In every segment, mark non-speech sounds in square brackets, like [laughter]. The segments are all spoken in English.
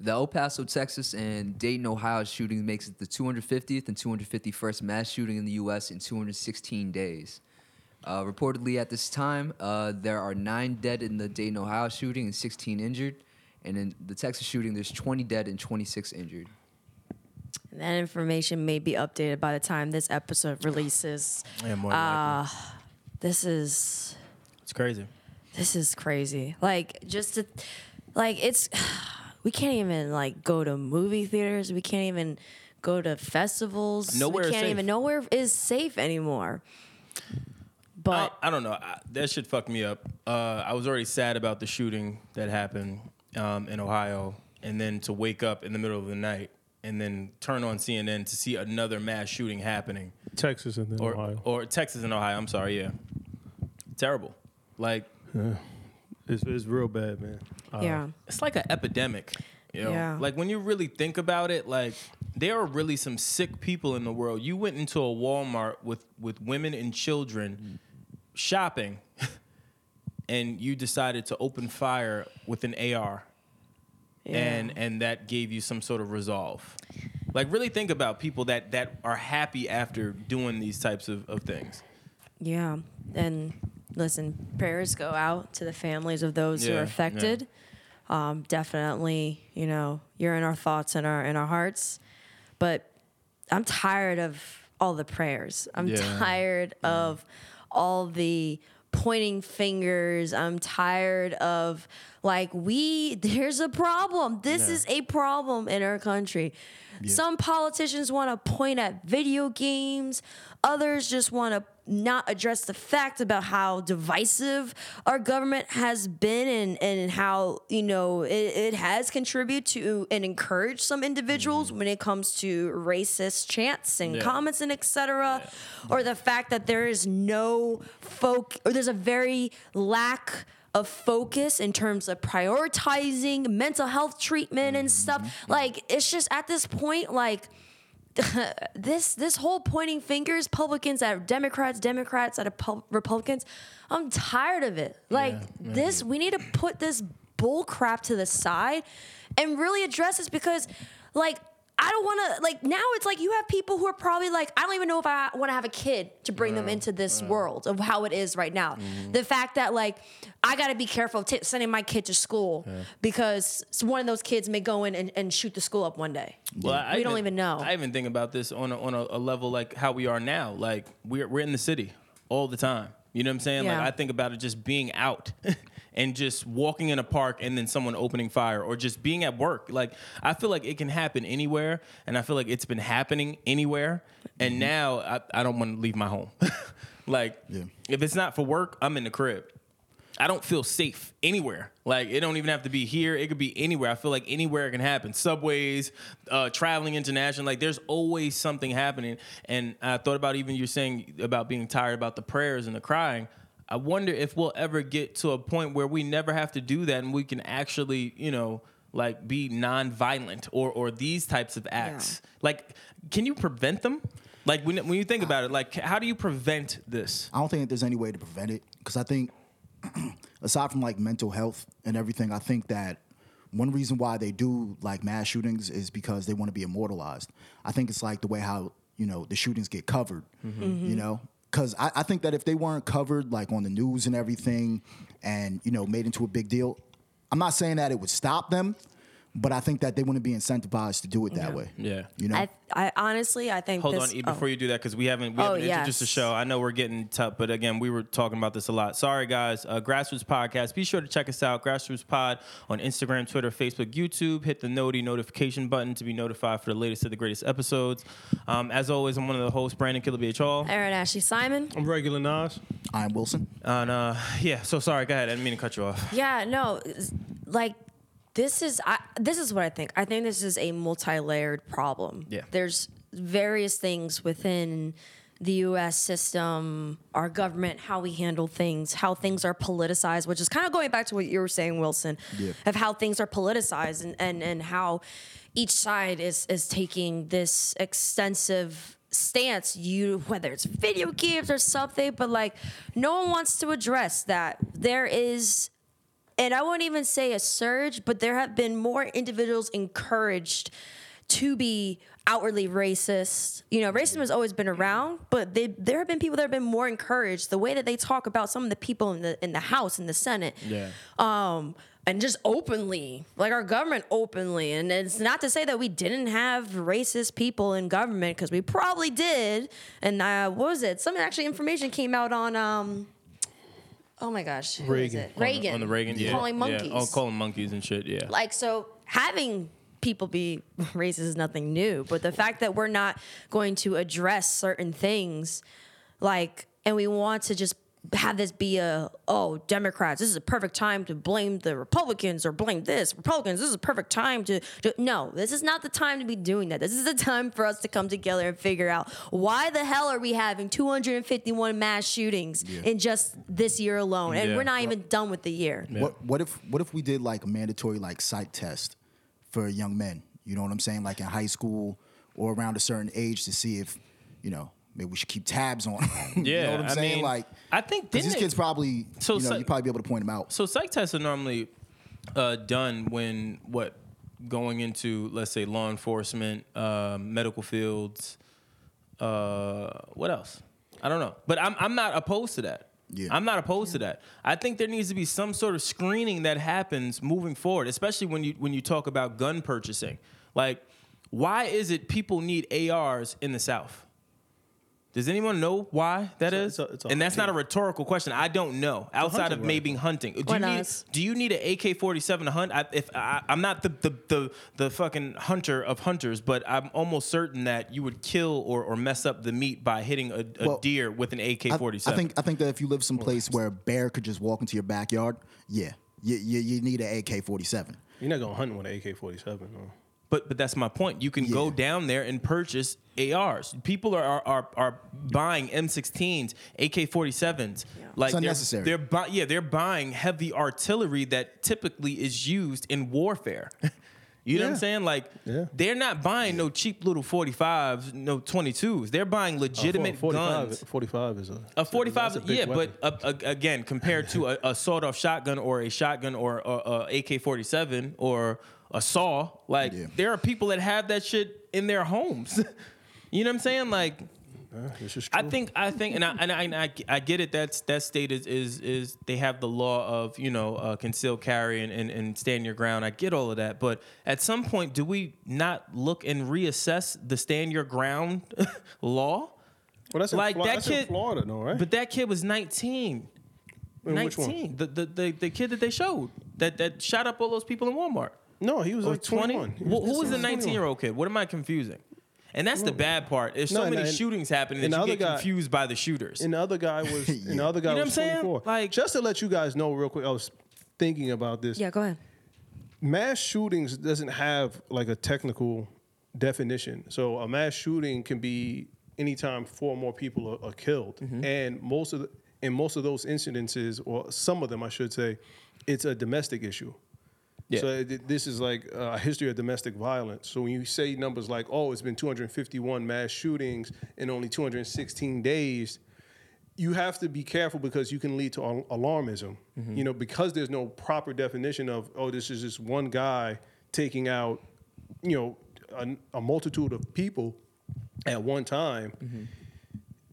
The El Paso, Texas, and Dayton, Ohio shooting makes it the 250th and 251st mass shooting in the U.S. in 216 days. Uh, reportedly, at this time, uh, there are nine dead in the Dayton, Ohio shooting and 16 injured. And in the Texas shooting, there's 20 dead and 26 injured. That information may be updated by the time this episode releases. Yeah, more than likely. This is It's crazy. this is crazy. Like just to, like it's [sighs] we can't even like go to movie theaters. We can't even go to festivals. Nowhere we is can't safe. even nowhere is safe anymore. I, But I don't know. I, that shit fucked me up. Uh, I was already sad about the shooting that happened um, in Ohio, and then to wake up in the middle of the night and then turn on CNN to see another mass shooting happening, Texas and then or Ohio. or Texas and Ohio. I'm sorry, yeah, terrible. Like It's, it's real bad, man. Uh, yeah, it's like an epidemic. You know? Yeah. Like when you really think about it, like there are really some sick people in the world. You went into a Walmart with with women and children shopping, [laughs] and you decided to open fire with an AR, yeah. and and that gave you some sort of resolve. Like really think about people that that are happy after doing these types of, of things. Yeah. And listen, prayers go out to the families of those who Yeah, are yeah. affected. Um, definitely, you know, you're in our thoughts and our in our hearts. But I'm tired of all the prayers. I'm [laughs] Yeah. tired of all the pointing fingers. I'm tired of like we there's a problem. This is a problem in our country. Some politicians want to point at video games. Others just want to not address the fact about how divisive our government has been and, and how, you know, it, it has contributed to and encouraged some individuals when it comes to racist chants and Mm-hmm. Yeah. comments and etc. Or the fact that there is no folk or there's a very lack of focus in terms of prioritizing mental health treatment and stuff. Like it's just at this point, like this this whole pointing fingers Republicans at Democrats, Democrats at Repu- Republicans. I'm tired of it. Like this, we need to put this bull crap to the side and really address this because, like. I don't want to like now. It's like you have people who are probably like, I don't even know if I want to have a kid to bring them into this world of how it is right now. The fact that like I got to be careful t- sending my kid to school because one of those kids may go in and, and shoot the school up one day. Well, I, We don't even know. I even think about this on a, on a, a level like how we are now. Like we're we're in the city all the time. You know what I'm saying? Yeah. Like I think about it just being out [laughs] and just walking in a park and then someone opening fire or just being at work. Like I feel like it can happen anywhere and I feel like it's been happening anywhere and now I, I don't want to leave my home. [laughs] like if it's not for work, I'm in the crib. I don't feel safe anywhere. Like it don't even have to be here. It could be anywhere. I feel like anywhere it can happen. Subways, uh, traveling international. Like there's always something happening. And I thought about even you're saying about being tired about the prayers and the crying. I wonder if we'll ever get to a point where we never have to do that and we can actually, you know, like be nonviolent or or these types of acts. Like, can you prevent them? Like when when you think about it, like how do you prevent this? I don't think there's any way to prevent it because I think, [clears throat] aside from like mental health and everything, I think that one reason why they do like mass shootings is because they want to be immortalized. I think it's like the way how you know the shootings get covered, you know. Because I, I think that if they weren't covered like on the news and everything, and you know made into a big deal, I'm not saying that it would stop them, But I think that they wouldn't be incentivized to do it that way. Yeah. You know? I, I honestly, I think. Hold this, on, E, before oh. you do that, because we haven't we Oh, haven't introduced the yes. show. I know we're getting tough, but again, we were talking about this a lot. Sorry, guys. Uh, Grassroots Podcast. Be sure to check us out, Grassroots Pod, on Instagram, Twitter, Facebook, YouTube. Hit the Noti notification button to be notified for the latest of the greatest episodes. Um, as always, I'm one of the hosts, Brandon Killer BH Hall. Aaron Ashley Simon. I'm regular Nas. Ian Wilson. And uh, yeah, so sorry. Go ahead. I didn't mean to cut you off. Yeah, no, s- like this is I, this is what I think. I think this is a multi-layered problem. Yeah. there's various things within the U.S. system, our government, how we handle things, how things are politicized, which is kind of going back to what you were saying, Wilson, of how things are politicized and and and how each side is is taking this extensive stance you whether it's video games or something but like no one wants to address that there is and I won't even say a surge, but there have been more individuals encouraged to be outwardly racist. You know, racism has always been around, but they, there have been people that have been more encouraged. The way that they talk about some of the people in the in the House, in the Senate, Yeah. um, and just openly, like our government openly. And it's not to say that we didn't have racist people in government because we probably did. And uh, what was it? Some actually information came out on. Um, Oh my gosh, who was Reagan. it? Reagan on the Reagan. Yeah. calling Yeah. monkeys. Oh, calling monkeys and shit. Yeah. like so having people be [laughs] racist is nothing new, but the fact that we're not going to address certain things, like, and we want to just have this be a oh Democrats, this is a perfect time to blame the Republicans or blame this Republicans. This is a perfect time to, to no, this is not the time to be doing that. This is the time for us to come together and figure out why the hell are we having 251 mass shootings in just this year alone, and Yeah. we're not even done with the year. What what if what if we did like a mandatory like psych test for young men? You know what I'm saying? Like in high school or around a certain age to see if, you know, maybe we should keep tabs on. 'em. you know Yeah, what I'm I saying? mean, like I think- 'cause didn't these it- kids probably So you know, psych- you probably be able to point them out. So psych tests are normally uh, done when what going into let's say law enforcement, uh, medical fields. Uh, what else? I don't know, but I'm I'm not opposed to that. Yeah. I'm not opposed to that. I think there needs to be some sort of screening that happens moving forward, especially when you when you talk about gun purchasing. Like, why is it people need ARs in the South? Does anyone know why that is? it's a- it's a and that's not a hunting- rhetorical question. I don't know. Outside of hunting maybe hunting, do you need not? do you need an AK forty seven to hunt? I, if I, I'm not the, the the the fucking hunter of hunters, but I'm almost certain that you would kill or, or mess up the meat by hitting a, a Well, deer with an AK I- forty I, seven. think I think that if you live someplace where a bear could just walk into your backyard, yeah. You, you, you need an AK forty seven. You're not gonna hunt with an AK-47. No. But but that's my point. You can go Yeah. down there and purchase ARs. People are are, are, are buying M16s, AK47s. Like It's they're- unnecessary. They're, bu- yeah, they're buying heavy artillery that typically is used in [laughs] warfare. you know what I'm Yeah. saying? Like Yeah. they're not buying no cheap little 45s, no 22s. They're Oh, buying legitimate Uh, 45, guns. 45 is a A 45, that's a big yeah, weapon. but uh, a, again, compared to a, a sawed-off shotgun or a shotgun or a, a AK-47 or a saw, like Yeah. there are people that have that shit in their homes. [laughs] you know what I'm saying? Like, Uh, this is I true. think, I think, and I and I, and I, I get it. That's that state is is is they have the law of you know uh, conceal carry and, and and stand your ground. I get all of that, but at some point, do we not look and reassess the stand your ground [laughs] law? well, that's in like Flo- that that's kid- in Florida, no, right? But that kid was 19. Wait, 19. which one? The, the, the, the kid that they showed that, that shot up all those people in Walmart. no, he was Or like 20? 21. He Wh- Oh, who was the 21. 19 year old kid? What am I confusing? And that's the bad part. There's so No, and- many and- shootings happening and that the you other get guy- confused by the shooters. And the other guy [laughs] was. And the other guy You know what I'm was saying? 24. Like- just to let you guys know real quick, I was thinking about this. Yeah, go ahead. mass shootings doesn't have like a technical definition. So a mass shooting can be anytime four or more people are, are killed, and most of the, in most of those incidences, or some of them, I should say, it's a domestic issue. Yeah. So th- this is like uh, a history of domestic violence. So when you say numbers like, "Oh, it's been 251 mass shootings in only 216 days," you have to be careful because you can lead to al- alarmism. You know, because there's no proper definition of, "Oh, this is just one guy taking out, you know, a, a multitude of people at one time."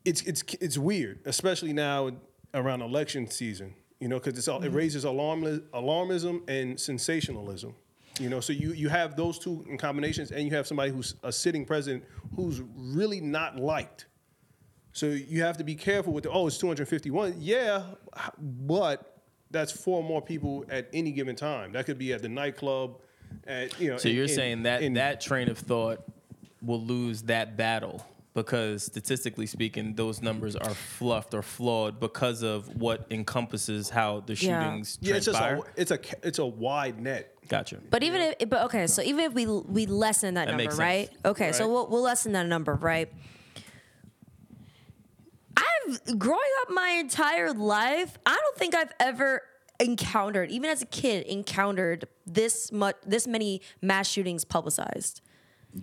it's it's it's weird, especially now around Mm-hmm. election season. You know, because it's all, it raises alarm, alarmism and sensationalism. You know, so you you have those two in combinations, and you have somebody who's a sitting president who's really not liked. So you have to be careful with the oh, it's 251. Yeah, but that's four more people at any given time. That could be at the nightclub, at you know. So in- you're in- saying that in- that train of thought will lose that battle because statistically speaking, those numbers are fluffed or flawed because of what encompasses how the Yeah. shootings yeah, it's just transpire. a, it's a ca- it's a wide net. gotcha. But even if, but okay, so even if we we lessen that, That number, makes right? sense. Okay, so Right. we'll we'll lessen that number, right? I've growing up my entire life, I don't think I've ever encountered, even as a kid, encountered this much this many mass shootings publicized.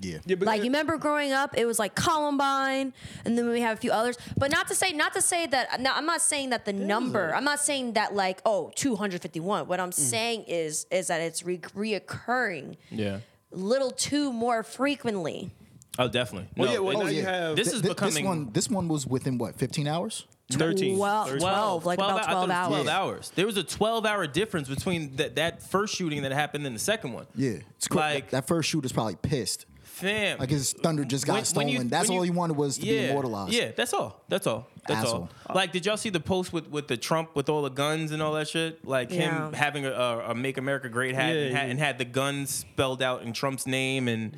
Yeah. Yeah, but- Like you remember growing up, it was like Columbine, and then we have a few others. But not to say, not to say that. No, I'm not saying that the number. I'm not saying that like oh 251. What Mm. I'm saying is is that it's re- reoccurring Yeah. little too more frequently. Oh, definitely. Well, no, yeah, well, it- now you have this Th- is th- becoming this one. This one was within what 15 hours. 13. Well, 12, 12, like about I 12 thought it was hours. 12 hours. There was a 12 hour difference between that that first shooting that happened and the second one. Yeah, it's cra- Like, that first shooter's probably pissed. fam. Like his thunder just got stolen. That's all he wanted was to be immortalized. Yeah, that's all. That's all. That's all. Asshole. Like, did y'all see the post with, with the Trump with all the guns and all that shit? Like Yeah. him having a, a, a "Make America Great" hat, Yeah, and, had yeah. and had the guns spelled out in Trump's name, and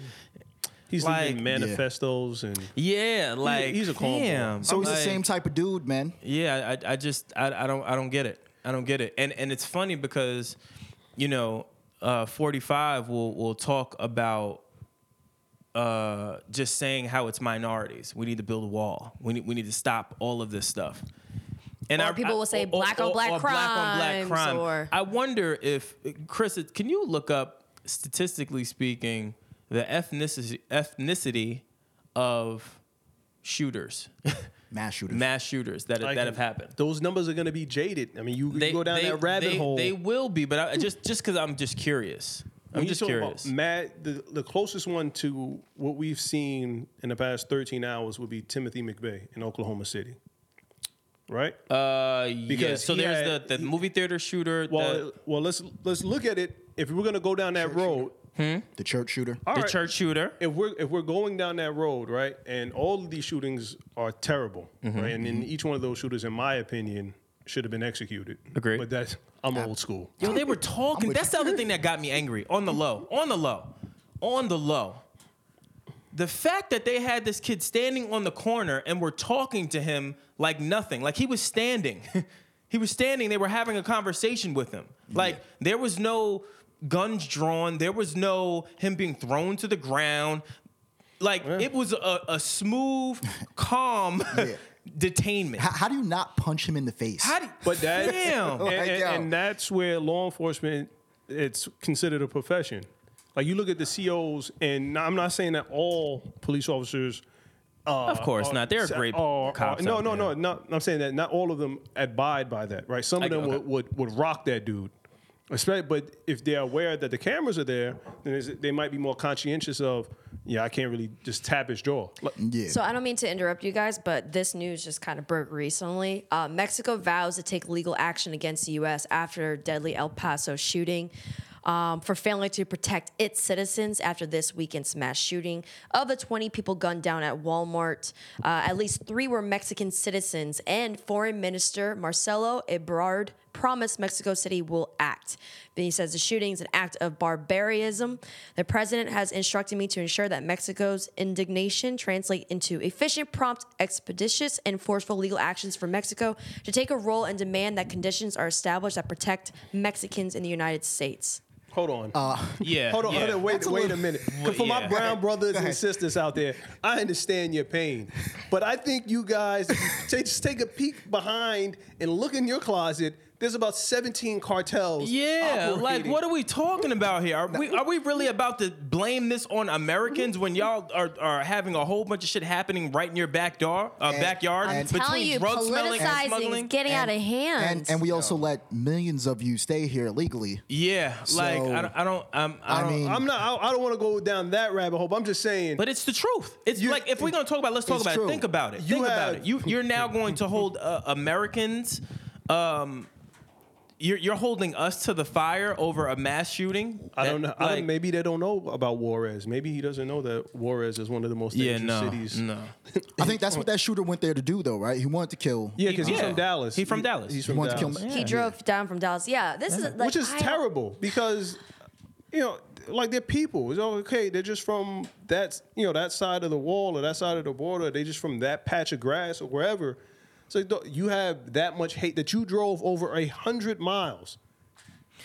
He's Like- leaving manifestos and yeah, like he's a cornball. damn. So he's Like, the same type of dude, man. Yeah, I, I just I, I don't I don't get it. I don't get it. And and it's funny because, you know, uh, 45 will will talk about uh, just saying how it's minorities. We need to build a wall. We need we need to stop all of this stuff. And Or people will say black on black crimes or- I wonder if Chris, can you look up statistically speaking the ethnicity ethnicity of shooters, [laughs] Mass shooters. mass shooters that like, that have happened? Those numbers are going to be jaded. I mean, you, you go down that rabbit they- hole. They will be, but I, just just because I'm just curious. I'm When you just talk about curious. Matt, the, the closest one to what we've seen in the past 13 hours would be Timothy McVeigh in Oklahoma City, right? uh, yeah. because So he there's had- the, the he- movie theater shooter. well, the, well, let's let's look at it. If we're going to go down that road, the church shooter. all the right, church shooter. if we're if we're going down that road, right, and all of these shootings are terrible, Mm-hmm, right, and then each one of those shooters, in my opinion, should have been executed. Agreed. But that's I'm old school. Yo, they were talking. with That's the other thing that got me angry. On the low. On the low. On the low. The fact that they had this kid standing on the corner and were talking to him like nothing, like he was standing. [laughs] he was standing, they were having a conversation with him. Like there was no guns drawn, there was no him being thrown to the ground. Like it was a, a [laughs] smooth, calm [laughs] detainment. How, how do you not punch him in the face? How do, But that [laughs] Damn. and, and- Like, yo. and that's where law enforcement it's considered a profession. Like you look at the COs, and I'm not saying that all police officers. Uh, Of course are- not. There are great cops no, out no, there. no, no. I'm saying that not all of them abide by that, right? Some of I- them okay. would, would would rock that dude. Especially, but if they're aware that the cameras are there, then is- they might be more conscientious of, yeah, I can't really just tap his jaw. Like, yeah. So I don't mean to interrupt you guys, but this news just kind of broke recently. Uh, Mexico vows to take legal action against the U.S. after deadly El Paso shooting. Um, for failing to protect its citizens after this weekend's mass shooting of the 20 people gunned down at Walmart, uh, at least three were Mexican citizens. And Foreign Minister Marcelo Ebrard promised Mexico City will act. Then he says the shooting is an act of barbarism. The president has instructed me to ensure that Mexico's indignation translate into efficient, prompt, expeditious, and forceful legal actions for Mexico to take a role and demand that conditions are established that protect Mexicans in the United States. Hold on. Uh, yeah. Hold on, yeah. hold on wait, a wait little- [laughs] a minute. 'Cause Well, for my yeah. brown brothers and ahead. sisters out there, I understand your pain, but I think you guys [laughs] ta- just take a peek behind and look in your closet. There's about 17 cartels. Yeah, like operating. what are we talking about here? Are we are we really about to blame this on Americans when y'all are, are having a whole bunch of shit happening right in your back door, uh, And- backyard I'm between drug smelling and smuggling? getting out of hand. and and we also let millions of you stay here illegally. yeah, like So, I don't, I don't, I'm, I, I don't uh, mean- I'm not. I, I don't want to go down that rabbit hole. But I'm just saying. But it's the truth. It's like if we're gonna talk about, it, let's talk It's about true. it. Think about it. You Think about have- it. You you're now going to hold uh, Americans, um, you're you're holding us to the fire over a mass shooting. I don't know. That, I like- don't, maybe they don't know about Juarez. Maybe he doesn't know that Juarez is one of the most Yeah, dangerous no, cities. no. I think that's what that shooter went there to do, though, right? He wanted to kill. Yeah, because he's Yeah. from Dallas. He from He- Dallas. He's He from wanted to kill Dallas. him. He drove down from Dallas. Yeah, this is like, which is I don't- terrible because you know like they're people it's all okay they're just from that you know that side of the wall or that side of the border they just from that patch of grass or wherever so th- you have that much hate that you drove over a hundred miles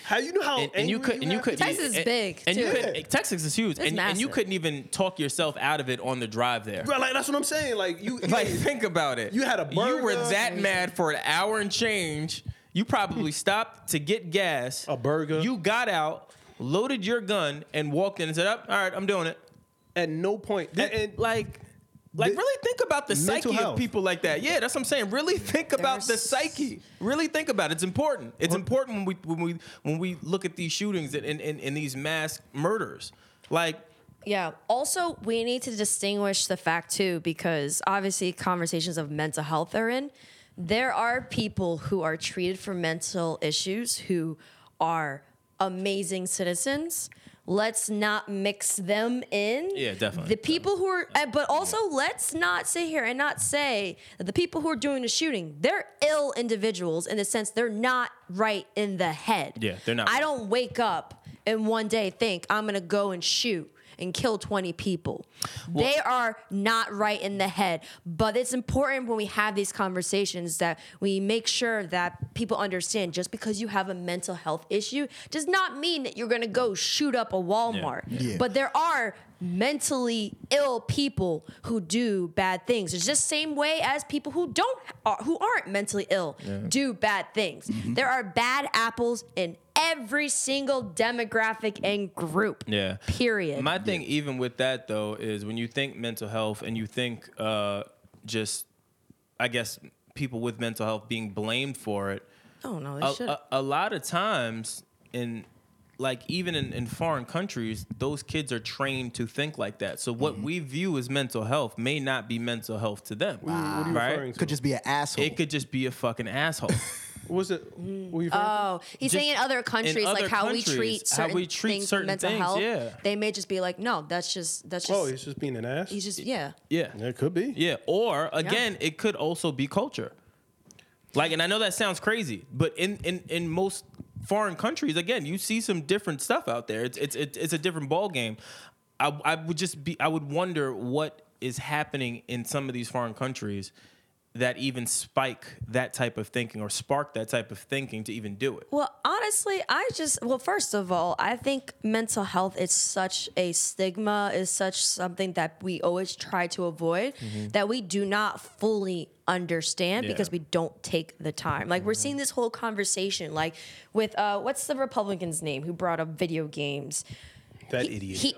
how you know how and, and you angry could and you have could to be? Texas is and- big, and you too. could Texas is huge and, and you massive. couldn't even talk yourself out of it on the drive there. Right, like that's what I'm saying like you [laughs] Like think about it. You had a You were burger. that mad for an hour and change. You [laughs] probably stopped to get gas. A burger. You got out, loaded your gun, and walked in and said, "Up, all right, I'm doing it." at no point and, and, like like The- really think about the Mental psyche of health. people like that. Yeah, that's what I'm saying. Really think about the There's- psyche. Really think about it. It's important. It's important when we when we when we look at these shootings and and, and, and these mass murders. Like Yeah. Also, we need to distinguish the fact too, because obviously conversations of mental health are in. There are people who are treated for mental issues who are amazing citizens. Let's not mix them in. Yeah, definitely. The people who are, uh, but also let's not sit here and not say that the people who are doing the shooting, they're ill individuals in the sense they're not right in the head. Yeah, they're not I right. don't don't wake up and one day think I'm gonna go and shoot and kill 20 people. they are not right in the head. But it's important when we have these conversations that we make sure that people understand just because you have a mental health issue does not mean that you're gonna go shoot up a Walmart. Yeah. But there are mentally ill people who do bad things. It's just same way as people who don't are, who aren't mentally ill do bad things. Mm-hmm. There are bad apples in every single demographic and group. Yeah. Period. My thing, even with that though, is when you think mental health and you think uh, just, I guess, people with mental health being blamed for it. oh no, they a, should. a, a lot of times in like even in, in foreign countries those kids are trained to think like that so what we view as mental health may not be mental health to them what are you right? referring to Could just be an asshole. it could just be a fucking asshole was it what are you referring to? Oh, he's Just saying in other countries, other like how countries, we treat how certain we treat things, certain mental things, health. yeah. They may just be like, no, that's just that's just oh he's just being an ass he's just yeah. yeah yeah, it could be yeah or again it could also be culture like and i know that sounds crazy but in in, in most foreign countries again you see some different stuff out there it's it's it's, it's a different ball game I, I would just be i would wonder what is happening in some of these foreign countries that even spike that type of thinking or spark that type of thinking to even do it Well, honestly, I just well, first of all, I think mental health is such a stigma, is such something that we always try to avoid Mm-hmm. that we do not fully understand Yeah. because we don't take the time. Like we're Mm-hmm. seeing this whole conversation, like with uh, what's the Republican's name who brought up video games? that He- idiot he-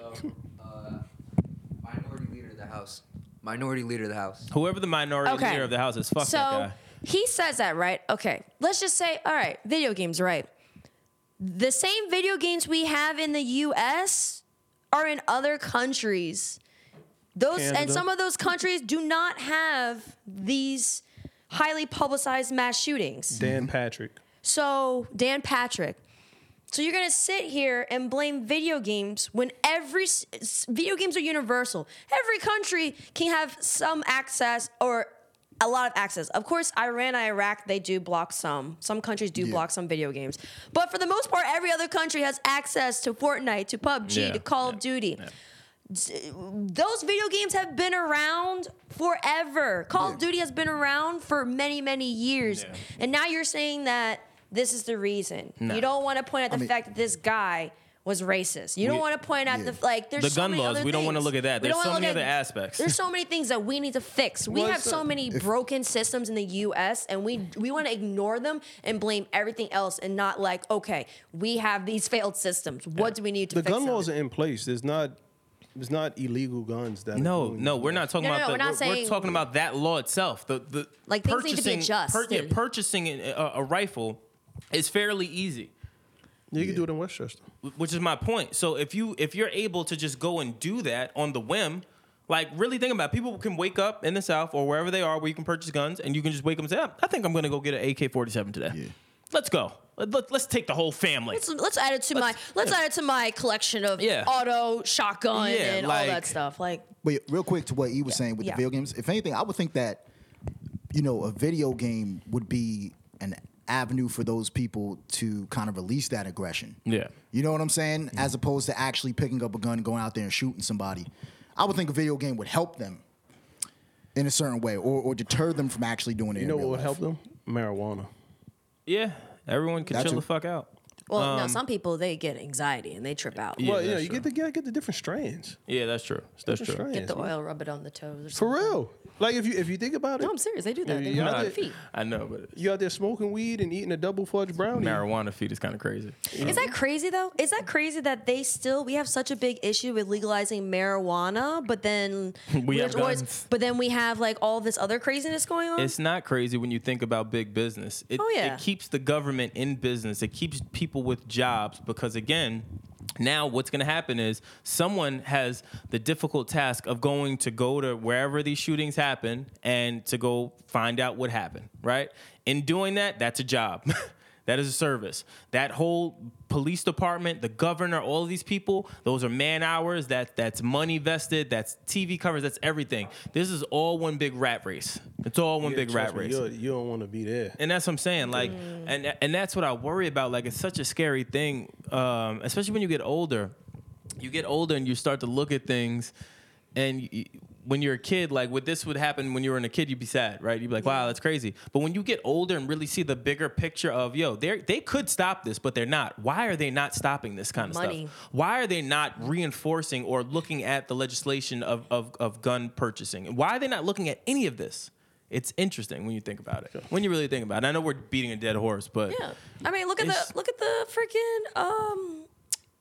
Minority leader of the house. Minority leader of the house. whoever the minority Okay. leader of the house is fuck so that guy he says that, right? Okay, let's just say, all right, video games, right? The same video games we have in the U.S. are in other countries. Those and Canada. some of those countries do not have these highly publicized mass shootings. Dan Patrick So, Dan Patrick. So you're gonna sit here and blame video games when every s- s- video games are universal. Every country can have some access or a lot of access. Of course, Iran, Iraq, they do block some. Some countries do block some video games, but for the most part, every other country has access to Fortnite, to PUBG, Yeah, to Call yeah, of Duty yeah. those video games have been around forever. Call of Duty has been around for many, many years. Yeah. And now you're saying that this is the reason. No. You don't want to point out the mean- fact that this guy was racist. You don't We- want to point out Yeah. the like there's The so gun many laws, other we don't wanna things. look at that. We There's don't wanna so many look at- other aspects. There's so many things that we need to fix. We Well, have it's so a- many broken systems in the US and we we want to ignore them and blame everything else and not like, okay, we have these failed systems. What do we need to the fix? gun them? laws are in place there's not there's not illegal guns that are No, doing no, this. we're not talking No, no, about no, that. we're not saying- talking about that law itself. The the Like, things need to be yeah, adjusted. purchasing a, a- a rifle is fairly easy, you can do it in Westchester wh- which is my point. So if you if you're able to just go and do that on the whim, like really think about it. people can wake up in the South or wherever they are where you can purchase guns and you can just wake up and say, "Ah, I think I'm going to go get an AK-47 today. Let's go. Let, let, let's take the whole family. Let's, let's add it to my let's add it to my collection of Yeah. auto shotgun Yeah, and all like- that stuff. Like But real quick to what he was saying with Yeah. the video games, if anything, I would think that you know a video game would be an avenue for those people to kind of release that aggression. Yeah. you know what I'm saying, as opposed to actually picking up a gun, and going out there and shooting somebody. I would think a video game would help them in a certain way, or, or deter them from actually doing it. You know what would help them? Marijuana. yeah, everyone can That chill too. the fuck out. well, no, some people they get anxiety and they trip out. um, Yeah, well, you know, that's you get the you get the different strands. Yeah, that's true. That's Different true. Get strands. the oil, rub it on the toes. Or For something. real. Like if you if you think about it, No, I'm serious. They do that. They Yeah, rub it on I their did. feet. I know, but you out there smoking weed and eating a double fudge brownie. marijuana feed is kind of crazy. Is that crazy though? Is that crazy that they still we have such a big issue with legalizing marijuana, but then [laughs] We have always- guns. but then we have like all this other craziness going on. It's not crazy when you think about big business. It, Oh, yeah. it keeps the government in business. It keeps people with jobs because again, now what's going to happen is someone has the difficult task of going to go to wherever these shootings happen and to go find out what happened, right? In doing that, that's a job. [laughs] That is a service. That whole police department, the governor, all of these people, those are man hours. That that's money vested. That's TV covers. That's everything. This is all one big rat race. It's all one Yeah, big rat trust me, race. you're- You don't want to be there. And that's what I'm saying. Like, and and that's what I worry about. Like, it's such a scary thing, um, especially when you get older. You get older and you start to look at things, and y when you're a kid, like what this would happen when you were in a kid, you'd be sad, right? You'd be like, "Wow, that's crazy." But when you get older and really see the bigger picture of, yo, they they could stop this, but they're not. Why are they not stopping this kind of Money. stuff? Why are they not reinforcing or looking at the legislation of of, of gun purchasing? Why are they not looking at any of this? It's interesting when you think about it. When you really think about it. I know we're beating a dead horse, but yeah. I mean, look at It's- the look at the freaking um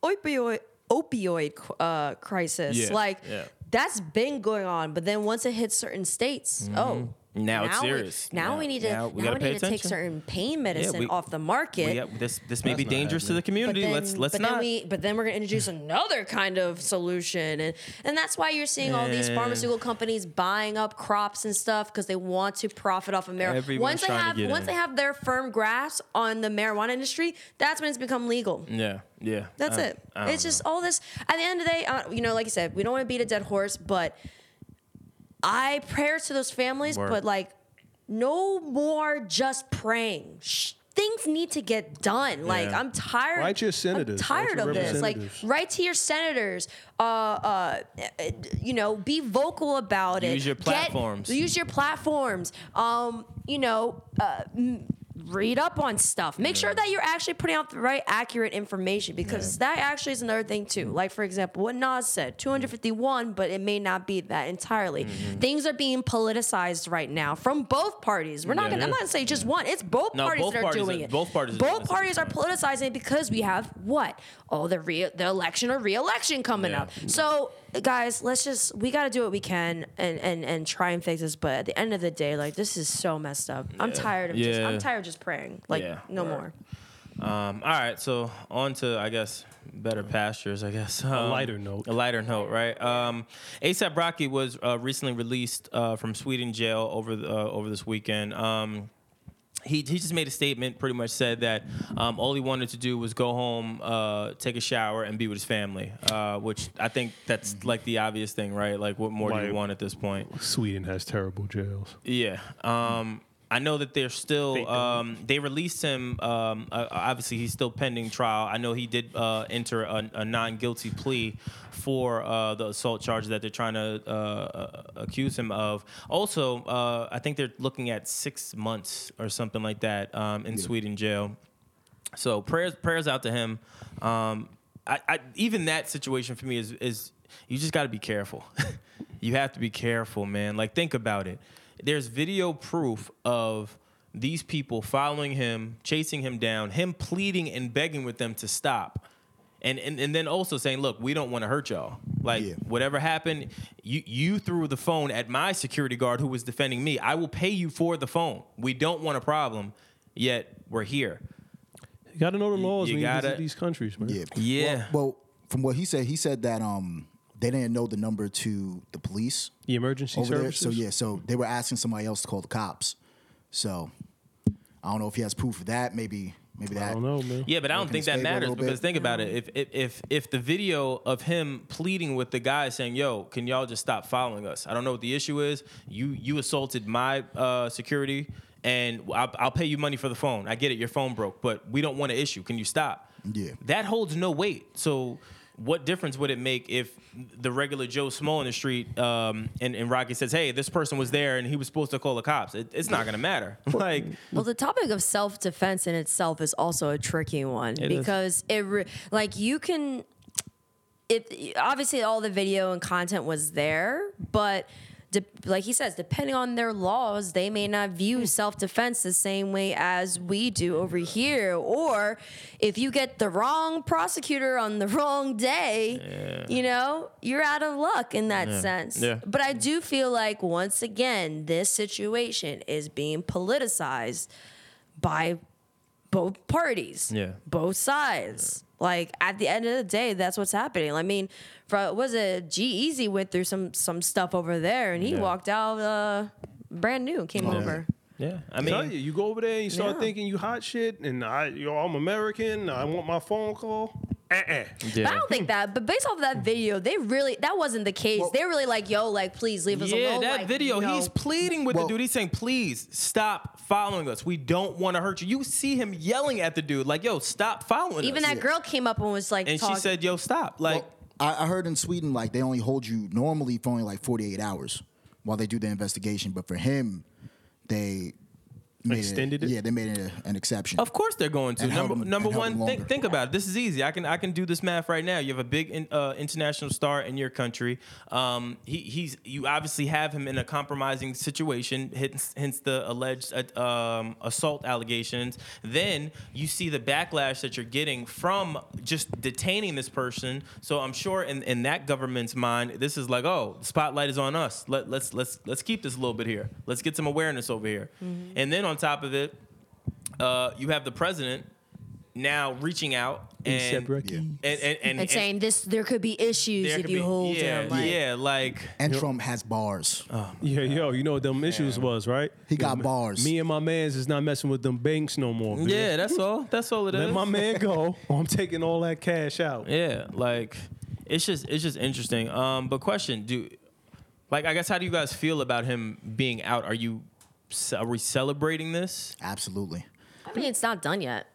opioid opioid uh, crisis. Yeah, Like yeah. that's been going on, but then once it hits certain states, oh. Mm-hmm. Now it's we- serious. now Now- we need to now now we we, gotta pay need to take attention. certain pain medicine we- off the market. we got- this this may be not dangerous to the community. let's let's but not. Then we, but then we're going to [sighs] introduce another kind of solution, and and that's why you're seeing all these Yeah. pharmaceutical companies buying up crops and stuff because they want to profit off of marijuana. Everyone's Once they trying to have get once in. they have their firm grasp on the marijuana industry, that's when it's become legal. yeah, yeah. That's I- it. Oh, I don't It's know. just all this. At the end of the day, uh, you know, like I said, we don't want to beat a dead horse, but I prayers to those families, Word. but like no more just praying. Sh- Things need to get done. Like Yeah. I'm tired. Write your senators. I'm tired Write your of this. Like representatives. write to your senators. Uh, uh, eh, you know, be vocal about it. Use your Get- platforms. use your platforms. Um, you know, uh, m- read up on stuff. Make sure that you're actually putting out the right, accurate information because that actually is another thing too. Like for example, what Nas said, 251, but it may not be that entirely. Mm-hmm. Things are being politicized right now from both parties. We're not Yeah. gonna. I'm not saying just one. It's both No, parties both that are parties doing are- it. both parties are doing Both this at parties this are point. politicizing it because we have what? Oh, the re- the election or re-election coming Yeah. up. So guys, let's just we got to do what we can and and and try and fix this. But at the end of the day, like this is so messed up. I'm tired of just Yeah. I'm tired of just praying. Like Yeah. no Word. more. Um, all right, so on to I guess better pastures. I guess Um, lighter note. A lighter note, right? Um, ASAP Rocky was uh, recently released uh, from Sweden jail over the, uh, over this weekend. Um, he, he just made a statement, pretty much said that um, all he wanted to do was go home, uh, take a shower, and be with his family. Uh, which I think that's like the obvious thing, right? Like, what more do you Like- want at this point? Sweden has terrible jails. Yeah. Um, I know that they're They still. don't. Um, they released him. Um, uh, obviously, he's still pending trial. I know he did uh, enter a, a non-guilty plea for uh, the assault charge that they're trying to uh, uh, accuse him of. Also, uh, I think they're looking at six months or something like that um, in Sweden jail. So prayers prayers out to him. Um, I, I even that situation for me is is you just got to be careful. [laughs] you have to be careful, man. Like think about it. There's video proof of these people following him, chasing him down, him pleading and begging with them to stop. And, and, and then also saying, look, we don't want to hurt y'all. Like Yeah. whatever happened, you you threw the phone at my security guard who was defending me. I will pay you for the phone. We don't want a problem. Yet we're here. You got to know the laws you when you gotta- visit these countries, man. Yeah. Yeah. Well, well, from what he said, he said that um they didn't know the number to the police The emergency over there. services. So yeah, so they were asking somebody else to call the cops. So I don't know if he has proof of that. Maybe maybe that. I don't know, man. Yeah, but I don't Working think his that favor a matters little bit. because think about it. If, if if if the video of him pleading with the guy saying, "Yo, can y'all just stop following us? I don't know what the issue is. You you assaulted my uh, security, and I'll, I'll pay you money for the phone. I get it. Your phone broke, but we don't want an issue. Can you stop? Yeah. that holds no weight. So. What difference would it make if the regular Joe Small in the street um, and, and Rocky says, "Hey, this person was there and he was supposed to call the cops"? It, it's not gonna matter. [laughs] Like, Well, the topic of self defense in itself is also a tricky one is. because it re- like you can it obviously all the video and content was there, but de- like he says, depending on their laws, they may not Hmm. view self defense the same way as we do over here. Or if you get the wrong prosecutor on the [laughs] wrong day, you know, you're out of luck in that sense. Yeah. But I do feel like once again, this situation is being politicized by both parties. Yeah. Both sides. Like at the end of the day, that's what's happening. I mean, for, was it G Easy went through some some stuff over there and he Yeah. walked out uh, brand new, came over. yeah, I tell mean, you, you go over there and you start Yeah. thinking you hot shit, and I, yo, I'm American. I want my phone call. Uh-uh. But I don't think that. But based off of that video, they really that wasn't the case. they really like, yo, like please leave us Yeah, alone. that like, video, you know. he's pleading with Well- the dude. He's saying, please stop following us. We don't want to hurt you. You see him yelling at the dude, like, yo, stop following even us. that girl came up and was like, and talking- she said, yo, stop. Like, I, I heard in Sweden like they only hold you normally for only like 48 hours while they do the investigation, but for him, they made Extended it? Yeah, they made a, an exception. Of course they're going to. And held Number, them- number and held one, them think, longer. think about it. This is easy. I can I can do this math right now. You have a big in, uh, international star in your country. Um, he, he's you obviously have him in a compromising situation, hence, hence the alleged uh, um, assault allegations. Then you see the backlash that you're getting from just detaining this person. So I'm sure in, in that government's mind, this is like, oh, the spotlight is on us. Let, let's let's let's keep this a little bit here. Let's get some awareness over here. Mm-hmm. And then on top of it uh, you have the president now reaching out and Rocky. and, and, and, and, and saying this there could be issues there if could you be- hold yeah, him. Like, yeah, like and Trump has bars. Yeah, yo, you know what them issues was, right? He got bars. Me and my mans is not messing with them banks no more. man. yeah, that's all. That's all it is. Let my man go. or I'm taking all that cash out. Yeah, like it's just it's just interesting. Um, but question, do like I guess how do you guys feel about him being out? Are you ce- are we celebrating this? Absolutely. I mean, it's not done yet.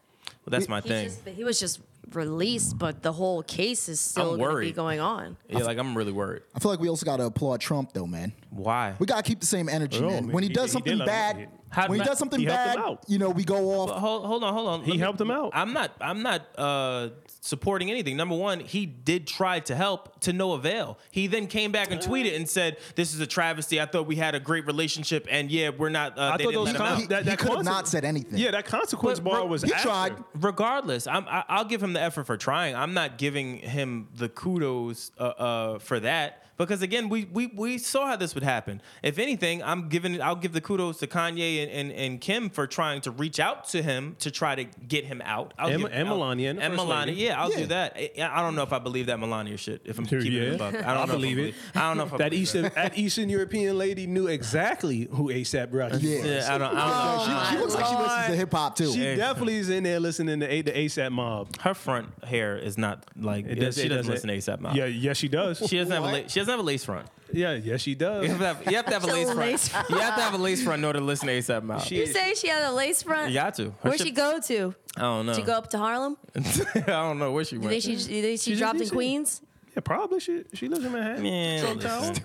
Well, that's my He thing. just- he was just released, but the whole case is still gonna be worried. going on. yeah, like I'm really worried. I feel like we also gotta applaud Trump though, man. Why? We gotta keep the same energy, Bro, man. Oh, man, When he, he- does he something did like- bad, How- when he does something he helped him bad, out. you know, we go off. But hold, hold on, hold on. He helped him out. I'm not. I'm not uh, supporting anything. Number one, he did try to help to no avail. He then came back and tweeted and said, "This is a travesty. I thought we had a great relationship, and yeah, we're not. Uh, I they thought didn't those let him out." con- He- that, he that could have conse- not said anything. Yeah, that consequence But- bar but was. he after. tried. Regardless, I'm, I, I'll give him the effort for trying. I'm not giving him the kudos uh, uh, for that because again, we, we we saw how this would happen. If anything, I'm giving I'll give the kudos to Kanye and, and, and Kim for trying to reach out to him to try to get him out. I'll And- give, and I'll- Melania, and the and first Melania, lady. yeah, I'll Yeah. do that. I, I don't know if I believe that Melania shit. If I'm keeping it Yeah. a buck, I don't know if believe it. I don't know if I That e- believe Eastern, that Eastern European lady knew exactly who ASAP Rocky Yeah. was. Yeah, I don't. I don't know. Yeah, she, she looks like she listens to hip hop too. She definitely is in there listening to A- the ASAP mob. Her front hair is not like It does- she it doesn't does it. listen to ASAP Mob. Yeah, yes she does. She doesn't have a la- she doesn't have a lace front. yeah, yes she does. You have to have, you [laughs] have, to have a She's a lace front. lace front. You have to have a lace front in order to listen to ASAP Mob. You say she had a lace front? You got to. Her Where'd shit- she go to? I don't know. Oh. Did she go up to Harlem? [laughs] I don't know where she You went. think she, you think she She's in dropped in DC. Queens? yeah, probably she she lives in Manhattan. Man, Trump Tower. listen.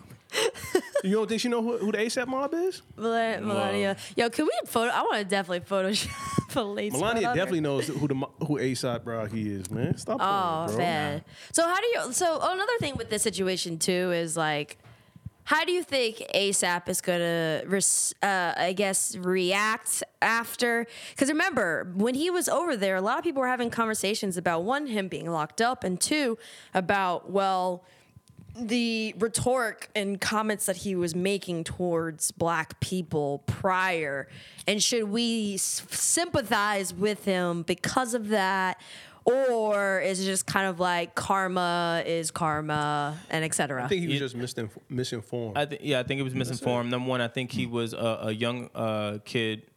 You don't think she know who, who the ASAP mob is? Mel- Melania. Yo, can we photo? I want to definitely Photoshop [laughs] a lace front. Melania on her. definitely knows who the mo- who ASAP Rocky is, man. Stop Oh, playing, bro. man. So how do you? So another thing with this situation too is like, how do you think ASAP is gonna, res, uh, I guess, react after? Because remember, when he was over there, a lot of people were having conversations about one him being locked up, and two about well. The rhetoric and comments that he was making towards black people prior, and should we s- sympathize with him because of that, or is it just kind of like karma is karma and etc. I think he was just misinf- misinformed. I th- yeah, I think he was misinformed. Number one, I think he was a, a young uh, kid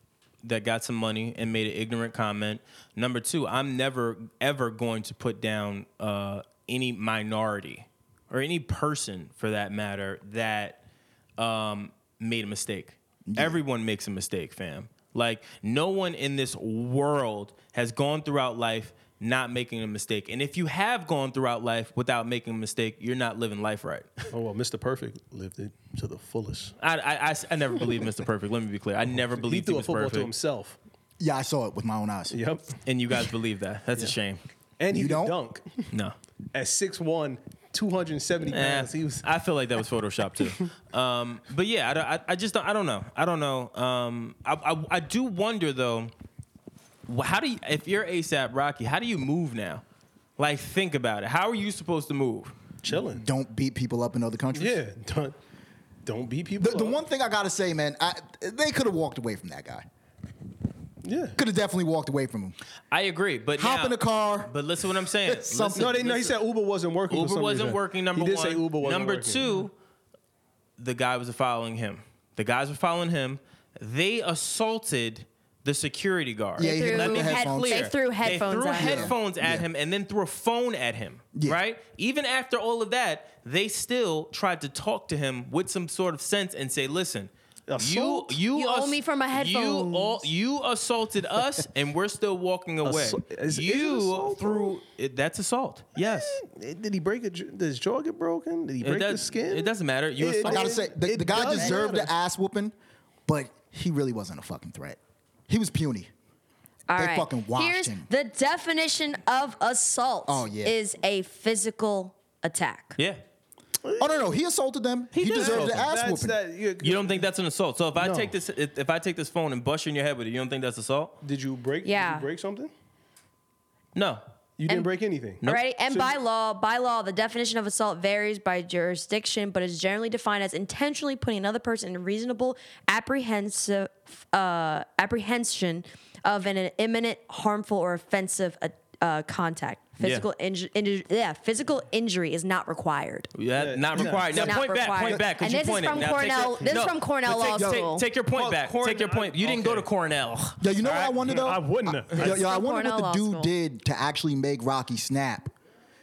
that got some money and made an ignorant comment. Number two, I'm never ever going to put down uh, any minority or any person for that matter that um, made a mistake. Everyone makes a mistake, fam. Like no one in this world has gone throughout life not making a mistake. And if you have gone throughout life without making a mistake, you're not living life right. [laughs] Oh well, Mr. Perfect lived it to the fullest. I, I, I, I never believed Mr. Perfect. Let me be clear. I never He believed he, threw a was football perfect. to himself. Yeah, I saw it with my own eyes. Yep. And you guys believe that. That's a shame. And he You could don't? dunk No. at 6'1", 270 Eh, pounds. He was I feel like that was Photoshop [laughs] too. um, but yeah, I, don't- I, I just don't, I don't know. I don't know. Um, I, I, I do wonder though, wh- how do you, if you're ASAP Rocky, how do you move now? Like, think about it. How are you supposed to move? chilling. Don't beat people up in other countries. Yeah, don't don't beat people. The, the up. one thing I gotta say, man, I, they could have walked away from that guy. [laughs] yeah. Could have definitely walked away from him. I agree, but Hop now- in the car. But listen, what I'm saying. [laughs] Something. No, they no. He said Uber wasn't working. for Uber some wasn't reason. working. Number he did one. Say Uber wasn't number working. two, the guy was following him. The guys were following him. They assaulted the security guard. Yeah, he hit They him Let with me the be head- headphones. clear. They threw headphones They threw at him. headphones at him and then threw a phone at him. Yeah. Right? Even after all of that, they still tried to talk to him with some sort of sense and say, listen. You, Assault? you You owe me for my You, all, headphones. you assaulted us, and we're still walking away. Assault- is- is it you assault, bro? threw it, that's assault. Yes, Eh, Did he break? A, did his jaw get broken? Did he break does- his skin? it doesn't matter. You I assault- gotta say, the, it the guy does deserved matter. the ass whooping, but he really wasn't a fucking threat. He was puny. All They right. fucking washed Here's him. the definition of assault. Oh, yeah. is a physical attack. yeah. Oh no, no, he assaulted them. He, did deserved the assault ass That's whooping. that. You, You don't think that's an assault? So if I No. take this, if if I take this phone and bust you in your head with it, you don't think that's assault? did you break? Did Yeah. you break something? No. You didn't And- break anything. All right. And So- by law, by law, the definition of assault varies by jurisdiction, but is generally defined as intentionally putting another person in reasonable apprehensive uh, apprehension of an imminent, harmful, or offensive uh, uh, contact. Physical injury, yeah, physical injury is not required. Yeah, not no. required. Now Not point back, required. point back. 'cause And you this is pointed. from Now take your- Cornell- this is from Cornell take- Law take- School. Take your point Oh, back. Corn- take your point. You didn't go to okay. Cornell. Yo, you know All what I right? wonder though? I wouldn't have. Yo, yo, I wonder Cornell what Law the dude School. did to actually make Rocky snap.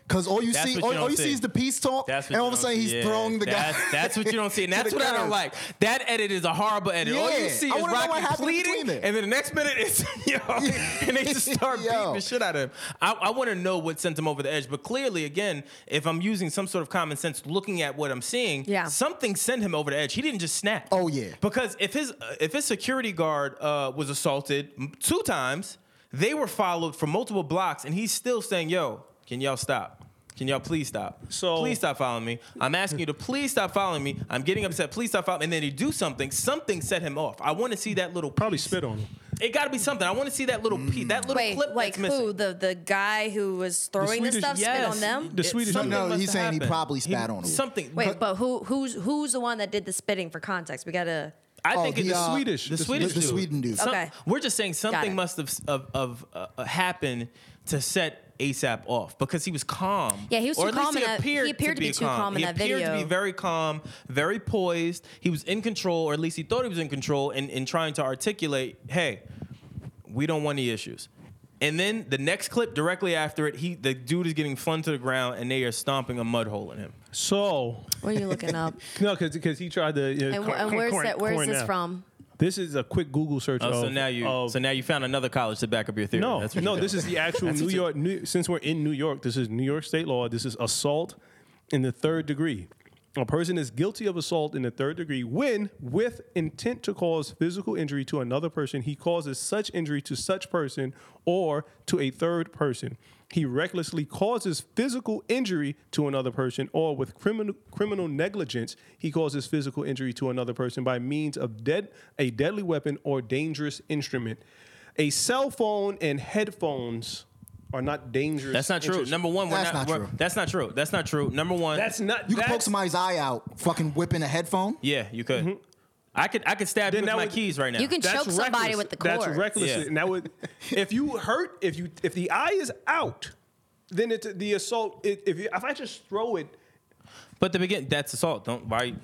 Cause all you That's see, what all you all don't you see see. is the peace talk, That's what and all you of a don't sudden see. he's Yeah, throwing the guy. That's, that's what you don't see, and [laughs] to that's the what I don't curb. like. That edit is a horrible edit. all you Yeah. see I is wanna know what Rocky happened pleading, between them. and then the next minute it's [laughs] [laughs] yo, and they just start Yo. beating the shit out of him. I, I want to know what sent him over the edge, but clearly, again, if I'm using some sort of common sense, looking at what I'm seeing, Yeah. something sent him over the edge. He didn't just snap. Oh, yeah. because if his uh, if his security guard uh, was assaulted m- two times, they were followed for multiple blocks, and he's still saying, "Yo, can y'all stop?" Can y'all please stop? So- please stop following me. I'm asking you to please stop following me. I'm getting upset. Please stop following. me. And then he do something. Something set him off. I want to see that little. Probably piece. spit on him. It got to be something. I want to see that little piece. That little Wait, clip like that's missing. who? The the guy who was throwing the, Swedish- stuff spit Yes. on them? The Swedish- something No, must he's have saying he happened. probably spat on him. Something. Wait, but who who's who's the one that did the spitting for context? We gotta I Oh, think the, it's uh, the Swedish- The the- Swedish the dude. Sweden dude. Some- Okay. We're just saying something it. must have s- of, of uh, uh, happened to set ASAP off because he was calm. Yeah, he was or too at least calm He in that- appeared, he appeared to be too calm in he that appeared to video. be very calm, very poised. He was in control, or at least he thought he was in control, and in, trying to articulate, "Hey, we don't want any issues." And then the next clip, directly after it, he the dude is getting flung to the ground, and they are stomping a mud hole in him. So What are you looking [laughs] up? no, because he tried to. You know, and, cor- and cor- where's corn- that? Where's corn this now. from? This is a quick Google search. Oh, of, so now you of- so now you found another college to back up your theory. No, That's what no. you're This doing. is [laughs] the actual New York. New, since we're in New York, this is New York state law. This is assault in the third degree. A person is guilty of assault in the third degree when, with intent to cause physical injury to another person, he causes such injury to such person or to a third person. He recklessly causes physical injury to another person, or with criminal criminal negligence, he causes physical injury to another person by means of dead a deadly weapon or dangerous instrument. A cell phone and headphones are not dangerous. That's not true. instruments. Number one, we're That's not, not we're- true. That's not true. That's not true. Number one, That's not. you could poke that's- somebody's eye out, fucking whipping a headphone. yeah, you could. I could I could stab you Mm-hmm. Then with that my would- keys right now. You can that's choke somebody reckless. with the cord. That's reckless. Yeah. And that would, if you hurt, if you if the eye is out, then it's the assault. It, if you, if I just throw it, but the begin that's assault. Don't why?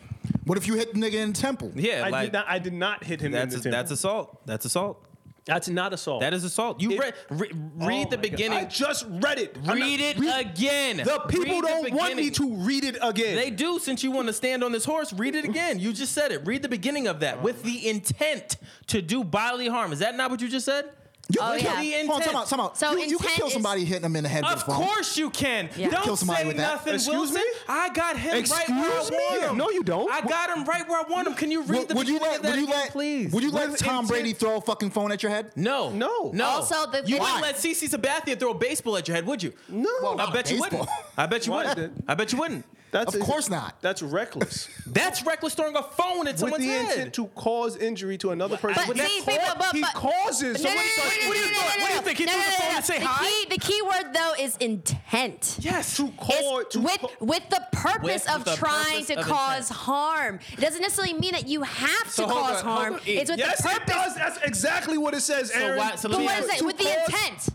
What if you hit the nigga in the temple? Yeah, I like did not. I did not hit him. that's in the temple. that's assault. That's assault. That's not assault. That is assault. You It- read re- Oh read the my God. beginning. I just read it. I'm Read not- it again. The people Read the don't want me beginning. to read it again. They do, since you want to stand on this horse, read it again. You just said it. Read the beginning of that with the intent to do bodily harm. Is that not what you just said? You Oh, yeah. can The kill, Hold on, time intent. out, time out. So you, you can intent kill is- somebody hitting them in the head with Of a phone. course you can. Yeah. Don't Kill somebody say with that. nothing, Excuse Wilson. me? I got him right where I Excuse me? want him. No, you don't. I got him right where I want him. Can you read Would, the would you beginning let? of that Would you again, let? please? Would you let With Tom intent. Brady throw a fucking phone at your head? No, No. no. Also, the- you Why? wouldn't let CC Sabathia throw a baseball at your head, would you? No, Well, I not bet you wouldn't. baseball. [laughs] I bet you Why wouldn't. did- I bet you wouldn't. That's Of course not. That's reckless. That's reckless throwing a phone at With someone's the head. intent to cause injury to another person. But that see, call- people, but, he but- causes No, no, no, somebody no, starts- no, What do you no, no, think? no, What do you no. think? He No, threw no, the no, phone no. to say The hi? key- The key word though is intent. yes, to call It's to with call- with the purpose With of the trying purpose to of cause intent. harm. It doesn't necessarily mean that you have So to hold cause on, hold harm. on. It's with yes, the it purpose. does. That's exactly what it says, Aaron. why- so let But me what ask is it? you. With the cause- intent.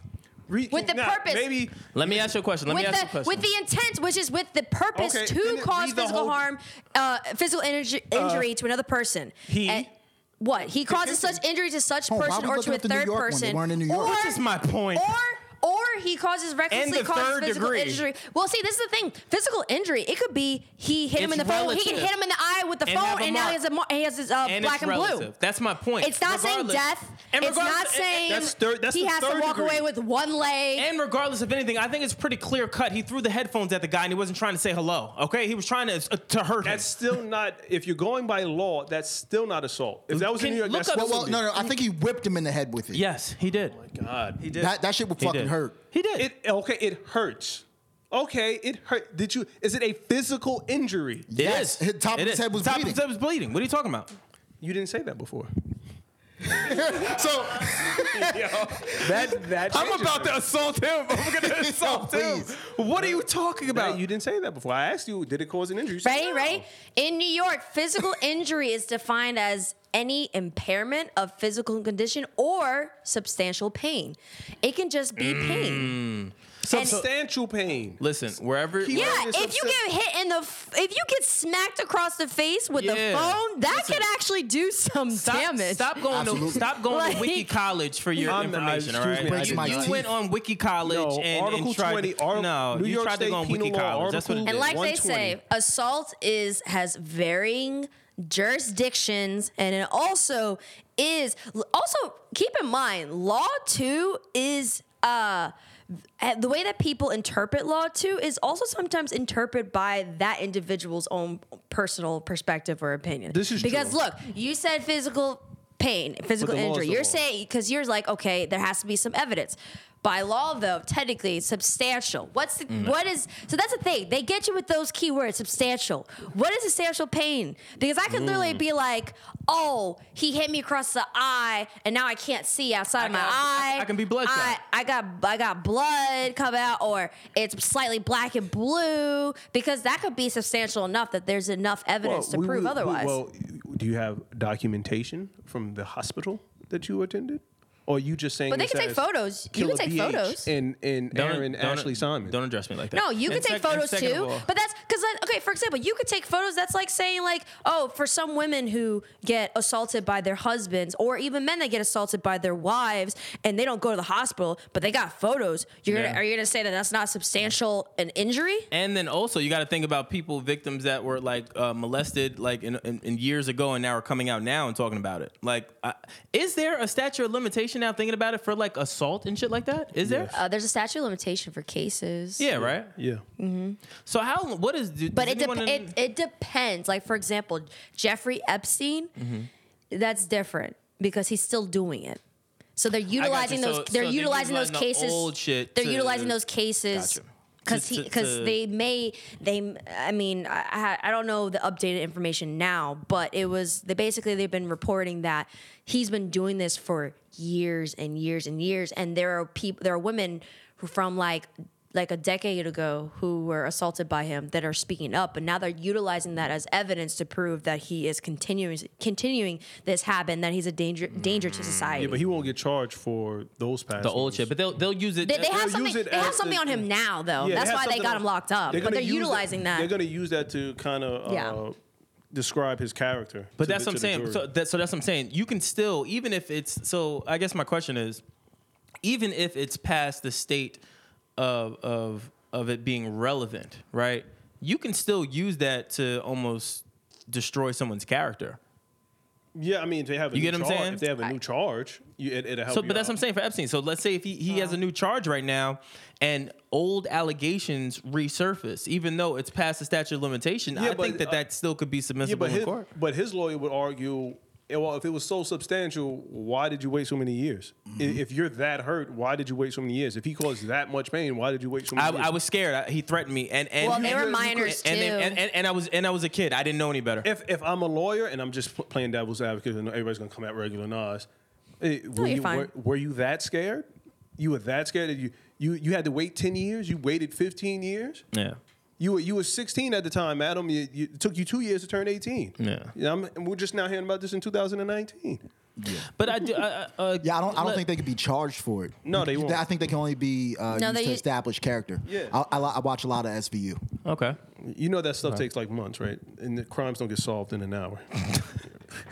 Re- with the now, purpose. Maybe Let me ask you a question. Let me with ask you a the, question. with the intent, which is with the purpose Okay, then to it- cause read the physical whole- harm, uh, physical injury, injury to another person. he- what he causes such injury to such Oh, why person we or looking to a at the New third York one? They person, weren't in New York. or Which is my point. or or he causes recklessly the causes third physical degree. injury. Well, see, this is the thing: physical injury. It could be he hit him It's in the phone. He can relative. hit him in the eye with the And have phone, a and now he mark. has a mar- he has his uh, and black it's and relative. blue. That's my point. It's not Regardless- saying death. And it's regardless- eh, not saying That's third. That's he the has third to walk degree. away with one leg. And regardless of anything, I think it's pretty clear cut. He threw the headphones at the guy and he wasn't trying to say hello. Okay, he was trying to uh, to hurt him. that's still not. If you're going by law, that's still not assault. If that was Can- in New York, look that's up- Well, still well, no, no. I think he whipped him in the head with it. yes, he did. God. He did. That that shit would He fucking did. hurt. He did. It okay. It hurts. Okay, it hurt. Did you? Is it a physical injury? It Yes, is. his- top of It his is. head was top bleeding. of his head was bleeding. What are you talking about? You didn't say that before. [laughs] [laughs] So That that. I'm about to assault him. I'm [laughs] gonna assault him. please. What are you talking about? you didn't say that before. I asked you, did it cause an injury? You said Right, no. right. In New York, physical injury is defined as any impairment of physical condition or substantial pain. It can just be Mm. pain. Substantial pain. Listen, wherever. He- Yeah, Right, it's if you substan- get hit in the, f- if you get smacked across the face with a Yeah. phone, that Listen. could actually do some Stop, damage. stop going to Absolutely. stop going to Like- Wiki College for your I'm- I- information. all excuse right, me, I Breaks did my you not. went on Wiki College No, and- and Article tried, 20, Ar- no, New you York tried to State go on Penal Wiki Law, College. That's what it Article- is. And like they 120. say, assault is has varying jurisdictions, and it also is also keep in mind law too is uh the way that people interpret law too is also sometimes interpreted by that individual's own personal perspective or opinion. This is because true. look, you said physical pain, physical the law is injury. the You're law. saying because you're like, okay, there has to be some evidence. By law, though, technically, it's substantial. What's the, Mm. what is so? That's the thing. They get you with those keywords: substantial. What is substantial pain? Because I can Mm. literally be like, oh, he hit me across the eye, and now I can't see outside of my got- eye. I- I can be bloodshot. I, I got I got blood come out, or it's slightly black and blue. Because that could be substantial enough that there's enough evidence to we prove would- we- otherwise. well, do you have documentation from the hospital that you attended? Or you just saying But they it can take says, photos. You "Killer can take BH photos. And, and Don't- Aaron don't- Ashley Simon. Don't address me like that. No, you And could take sec- and photos second of too. all- But that's because, okay, for example, you could take photos. That's like saying, like, oh, for some women who get assaulted by their husbands, or even men that get assaulted by their wives, and they don't go to the hospital, but they got photos. You're Yeah. gonna are you gonna say that that's not substantial an injury? And then also, you got to think about people, victims that were like uh, molested like in, in, in years ago, and now are coming out now and talking about it. Like, uh, is there a statute of limitation now? Thinking about it for like assault and shit like that, is there? Uh, there's a statute of limitation for cases. yeah, right. Yeah. Mm-hmm. So how? What is? Do, But does it, dep anyone in- it it depends. Like for example, Jeffrey Epstein, Mm-hmm. that's different because he's still doing it. So they're utilizing So- those. they're so they're utilizing those utilizing the cases. old shit they're to- utilizing those cases. Gotcha. Because To- he, to- because to- they may, they, I mean, I, I I don't know the updated information now, but it was they basically they've been reporting that he's been doing this for years and years and years, and there are people, there are women who from like like a decade ago who were assaulted by him that are speaking up, and now they're utilizing that as evidence to prove that he is continuing continuing this habit, that he's a danger danger to society. Yeah, but he won't get charged for those past the old ones. shit, but they'll they'll use it. They, they they'll have use something. it They have as something the- on him now, though. Yeah, That's have why they something got on- him locked up. but gonna they're use utilizing that. They're going to use that to kind of uh, Yeah. describe his character. But to that's the- what I'm to the saying. jury. So, that, so that's what I'm saying. You can still, even if it's so. I guess my question is, even if it's past the state of of of it being relevant, right? You can still use that to almost destroy someone's character. yeah, I mean, if they have a You new get what I'm charge, saying? if they have a new charge, you, it, it'll help. So, you but that's what out. I'm saying for Epstein. So let's say if he, he has a new charge right now and old allegations resurface, even though it's past the statute of limitation, I but, think that uh, that still could be Yeah, submissible but in his, court. but his lawyer would argue, eh, well, if it was so substantial, why did you wait so many years? I- Mm-hmm. If you're that hurt, why did you wait so many years? If he caused that much pain, why did you wait so many I, years? I was scared. I, he threatened me, and and Well, they and- were and- minors, and, too. And, and, and I was and I was a kid. I didn't know any better. if if I'm a lawyer and I'm just pl- playing devil's advocate, and everybody's gonna come at regular Nas. eh, were, you're you, fine. Were, were you that scared? You were that scared that you you you had to wait ten years. You waited fifteen years. yeah, You were you were 16 at the time, Adam. You, you, it took you two years to turn 18. Yeah. yeah I'm, and we're just now hearing about this in 2019. but I do. I, I- uh, Yeah, I don't. I don't let- think they could be charged for it. No, they won't. I think they can only be uh, No, used they- to establish character. Yeah. I, I, li- I watch a lot of SVU. Okay. You know that stuff takes like months, right? And the crimes don't get solved in an hour.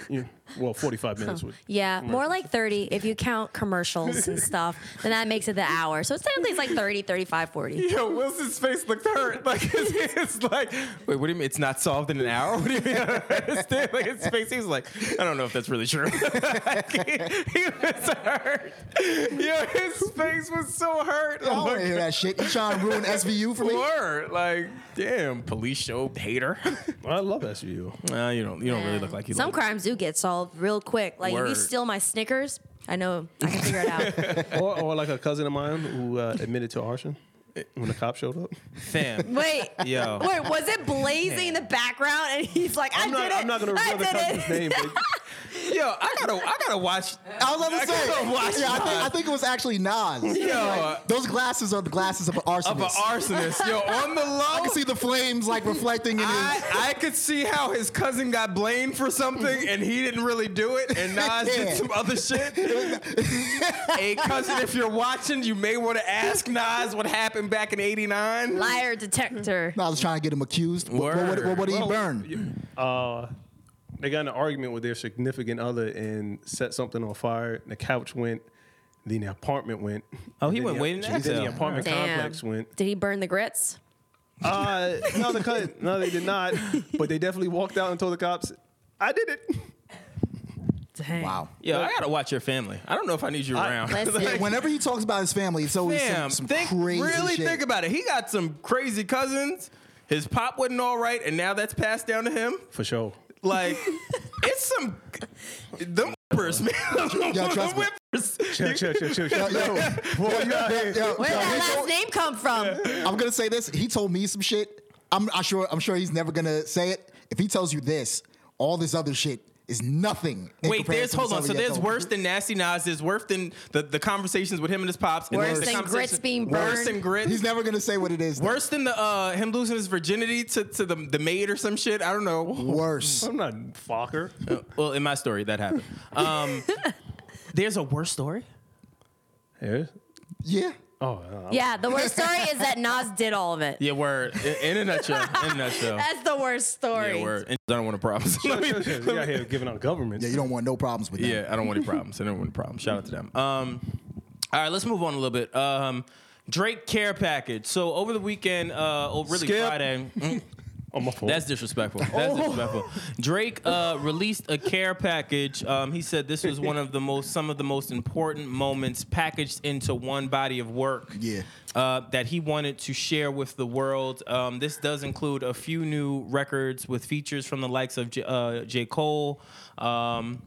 you, well, 45 minutes would. Yeah, more like 30 if you count commercials [laughs] and stuff. Then that makes it the hour. So it's technically it's like 30, 35, 40. Yo, Wilson's face looked hurt. [laughs] Like his, it's like, wait, what do you mean? It's not solved in an hour? [laughs] What do you mean? I don't understand. Like his face, he was like, I don't know if that's really true. [laughs] Like, he, he was hurt. Yo, his face was so hurt. I don't want to hear that shit. You trying to ruin SVU for [laughs] me? Word, like, damn, police show hater. [laughs] I love SVU. Nah, you don't. You don't really look like you. Some look. crimes do get solved real quick. Like if you Word. steal my Snickers, I know I can figure it [laughs] out. or, or like a cousin of mine who uh, admitted to arson when the cop showed up. [laughs] fam. Wait. Yo. Wait, was it blazing in the background? And he's like, I I'm not, did it. I'm not going to I reveal the did cousin's it." name, but Yo, I gotta, I gotta watch. I was about to say. gotta [laughs] watch yeah, I, think, I that. think it was actually Nas. Yo, uh, Those glasses are the glasses of an arsonist. of an arsonist. Yo, on [laughs] the low. I can see the flames like reflecting in his. I, I could see how his cousin got blamed for something and he didn't really do it, and Nas Yeah. [laughs] did some other shit. hey, cousin, if you're watching, you may want to ask Nas what happened back in '89. [laughs] Liar detector. I was trying to get him accused. What, what, what, what, what did he Well, burn? uh, they got in an argument with their significant other and set something on fire. And the couch went, then the apartment went. Oh, and he then went the, way in Then detail. [laughs] the apartment Damn. complex went. Did he burn the grits? [laughs] Uh, no, they couldn't. No, they did not. But they definitely walked out and told the cops, "I did it." Dang. Wow. Yo, I gotta watch your family. I don't know if I need you around. [laughs] Listen. Yeah, whenever he talks about his family, it's always Damn, some, some think, crazy really shit. think about it. He got some crazy cousins. His pop wasn't all right, and now that's passed down to him. For sure. [laughs] Like, it's some them whippers, man. Yo, trust me. Them whippers. Chill, chill, chill, chill, [laughs] chill. Yo, yo, boy, yo, yo, Where did yo, he that last told- name come from? I'm gonna say this. He told me some shit. I'm I sure I'm sure he's never gonna say it. If he tells you this, all this other shit is nothing. in Wait, there's comparison to hold on. somebody So that there's told- worse than Nasty Nas. There's worse than the, the conversations with him and his pops. and Worse there's the than conversation- grits being Worse burned. than grits. He's never gonna say what it is. though. worse than the uh, him losing his virginity to, to the the maid or some shit. I don't know. Worse. I'm not Fokker. Well, in my story, that happened. Um, [laughs] there's a worse story. Yeah. Yeah. Oh, uh, Yeah, the worst story is that Nas did all of it. Yeah, word. In, in a nutshell. In a nutshell. That's the worst story. Yeah, word. And I don't want a problem. [laughs] chill, chill, chill. you out here giving out governments. Yeah, you don't want no problems with that. Yeah, I don't want any problems. I don't want any problems. Shout out to them. Um, all right, let's move on a little bit. Um, Drake care package. So over the weekend, uh, oh, really Skip. Friday. Mm, Oh, my fault. That's disrespectful. That's Oh. disrespectful. Drake uh, released a care package. Um, he said this was one of the most, some of the most important moments packaged into one body of work. Yeah. Uh, that he wanted to share with the world. Um, this does include a few new records with features from the likes of J, uh, J. Cole. Um,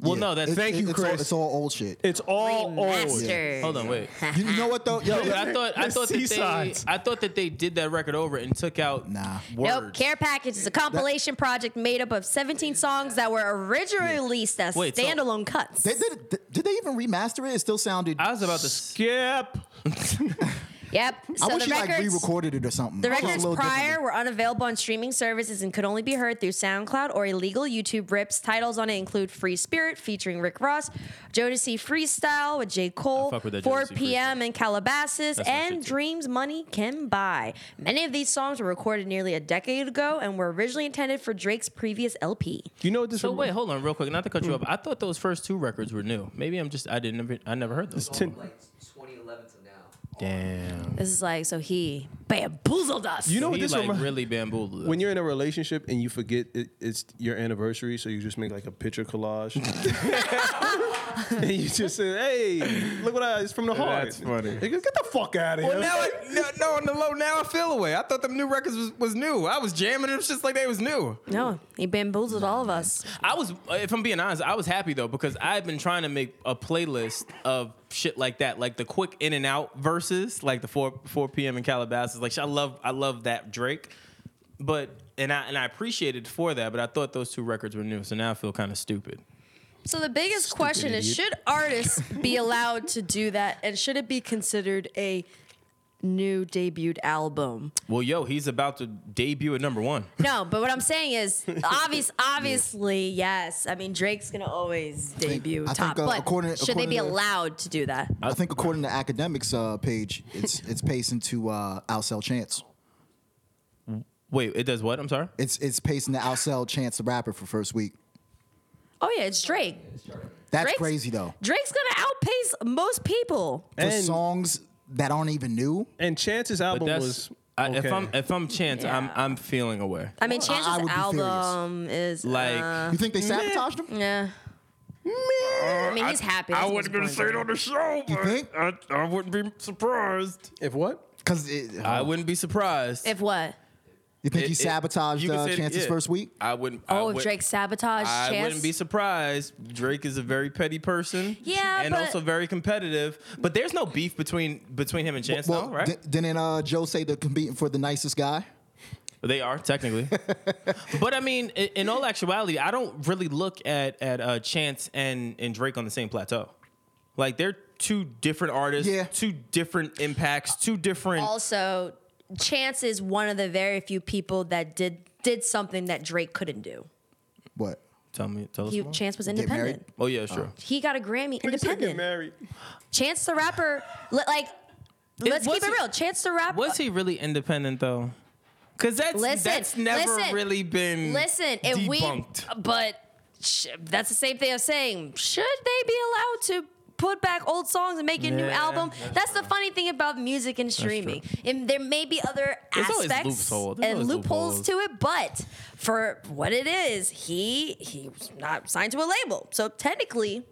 well, Yeah. no, that's It's- Thank you, it's all- Chris. it's all old shit. it's all old. Remastered. Oh, Hold on, wait. You, you know [laughs] what though? Yo, But I thought I The thought that they seasides. I thought that they did that record over and took out Nah. words. Nope. Care Package is a compilation project made up of 17 songs that were originally released as Wait, so- standalone cuts. they, did, did they even remaster it? It still sounded. I was about to Skip. Yep. So I wish the you like records, re-recorded it or something. the It was a records little prior different. were unavailable on streaming services and could only be heard through SoundCloud or illegal YouTube rips. Titles on it include Free Spirit featuring Rick Ross, Jodeci Freestyle with J. Cole, fuck with that 4 Jodeci p.m. in Calabasas, That's my shit and too. Dreams Money Can Buy. Many of these songs were recorded nearly a decade ago and were originally intended for Drake's previous LP. You know what this? So rem- wait, hold on, real quick. Not to cut you Hmm. up. I thought those first two records were new. Maybe I'm just I didn't never I never heard those. It's ten- Like 2011 to now. Damn. This is like, so he bamboozled us. You know what he this like remi- really bamboozled. when you're in a relationship and you forget it, it's your anniversary, so you just make like a picture collage. and you just say, "Hey, look what I! It's from the heart." That's funny. They go, Get the fuck out of here. Well, now, I, no, no, on the low, now I feel away. I thought them new records was, was new. I was jamming them just like they was new. no, he bamboozled all of us. I was, if I'm being honest, I was happy though because I've been trying to make a playlist of shit like that, like the quick in and out verses, like the four four p.m. in Calabasas. Like I love, I love that Drake, but and I and I appreciated for that, but I thought those two records were new, so now I feel kind of stupid. So the biggest question is: Should artists be allowed to do that, and should it be considered a new debuted album? Well, yo, he's about to debut at number one. No, but what I'm saying is, [laughs] obvious, obviously, yes. I mean, Drake's gonna always debut I top, think, uh, but according- should they according be to- allowed to do that? I think according to academics uh, page, [laughs] it's it's pacing to uh, outsell Chance. Wait, it does what? I'm sorry. It's it's pacing to outsell Chance the Rapper for first week. Oh yeah, it's Drake. That's Drake's, crazy though. Drake's gonna outpace most people. For And- songs that aren't even new, and Chance's But album that's was I, okay. if I'm if I'm Chance, I'm Yeah. I'm feeling away. I mean, Chance's I would be furious. album is Like- uh, you think they sabotaged him? yeah. I mean, he's happy. I wasn't gonna say it on the You think? I wouldn't be surprised. if what? Because I wouldn't be surprised. If what? you think he it- it- sabotaged you could uh, say- Chance's yeah. first week? I wouldn't. I Oh, if would- Drake sabotaged I Chance. wouldn't be surprised. Drake is a very petty person. Yeah, and but- also very competitive. But there's no beef between between him and Chance, well, though, right? di- didn't uh, Joe say they're competing for the nicest guy? they are technically. but I mean, in, in all actuality, I don't really look at at uh, Chance and and Drake on the same plateau. Like they're two different artists, Yeah. two different impacts, two different. also chance is one of the very few people that did did something that drake couldn't do What? tell me, tell us. he, Uh, more. chance was married? independent oh yeah, sure. he got a grammy independent married. chance the rapper li- like let's was keep it he- real chance the rapper Was he really independent though? Because that's Listen, that's never listen, really been listen if debunked. we but sh- that's the same thing as saying should they be allowed to put back old songs and make a new Yeah, album that's that's, the funny thing about music and streaming and there may be other There's always aspects loophole- there's and always loopholes, loopholes. to it but for what it is he he was not signed to a label so technically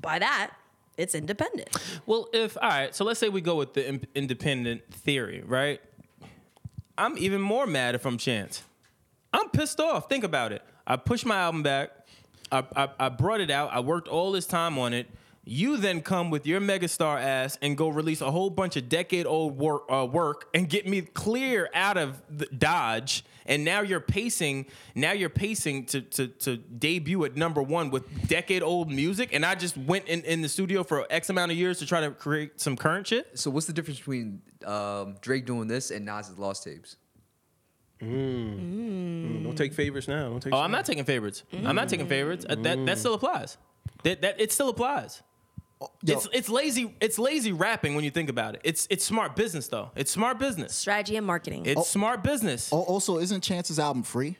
by that it's independent Well, if all right, so let's say we go with the in- independent theory, right? I'm even more mad if I'm Chance. I'm pissed off. Think about it. I pushed my album back. I, I, I brought it out. I worked all this time on it. You then come with your megastar ass and go release a whole bunch of decade old work, uh, work and get me clear out of the Dodge. And now you're pacing. Now you're pacing to to, to debut at number one with decade old music. And I just went in, in the studio for X amount of years to try to create some current shit. So what's the difference between um, Drake doing this and Nas's lost tapes? Don't take favors now. Don't take. Mm. Oh, I'm not taking favorites. I'm not taking favorites. Uh, That that still applies. That that it still applies. Yo, It's it's lazy it's lazy rapping when you think about it. It's it's smart business though. It's smart business. strategy and marketing Oh. It's smart business. al- also, isn't Chance's album free?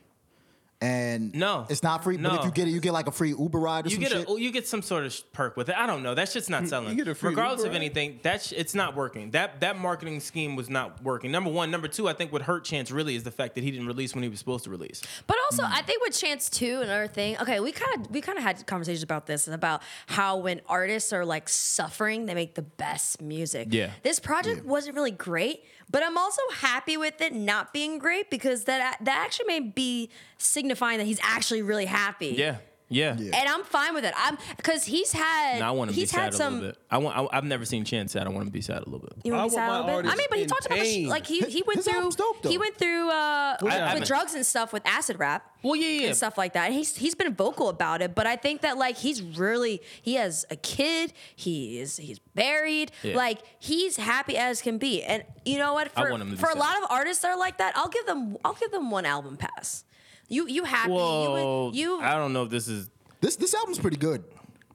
And No. it's not free. But No. if you get it, you get like a free Uber ride or You some get a, shit. oh, you get some sort of sh- perk with it. I don't know. That shit's not selling. get a free Regardless Uber, of right? anything, that's it's not working. That that marketing scheme was not working. Number one, number two, I think what hurt Chance really is the fact that he didn't release when he was supposed to release. But also, I think with Chance too, another thing. Okay, we kind of we kind of had conversations about this and about how when artists are like suffering, they make the best music. Yeah. This project wasn't really great, but I'm also happy with it not being great because that that actually may be signifying that he's actually really happy. Yeah. Yeah. and I'm fine with it. I'm because he's had Now I want him to be he's sad had a some. little bit. I want. I, I've never seen Chance sad. I want him to be sad a little bit. You want I to be sad want a my little bit? I artists mean, but he in talked about the sh- pain. like he he went His through album's dope, though. he went through uh, I the haven't- drugs and stuff with acid rap. Well, yeah, yeah. and stuff like that. And he's he's been vocal about it, but I think that like he's really he has a kid. He is he's married. Yeah. Like he's happy as can be. And you know what? I For want him to be for a sad. lot of artists that are like that, I'll give them I'll give them one album pass. You you happy? Well, you you I don't know if this is. This this album's pretty good.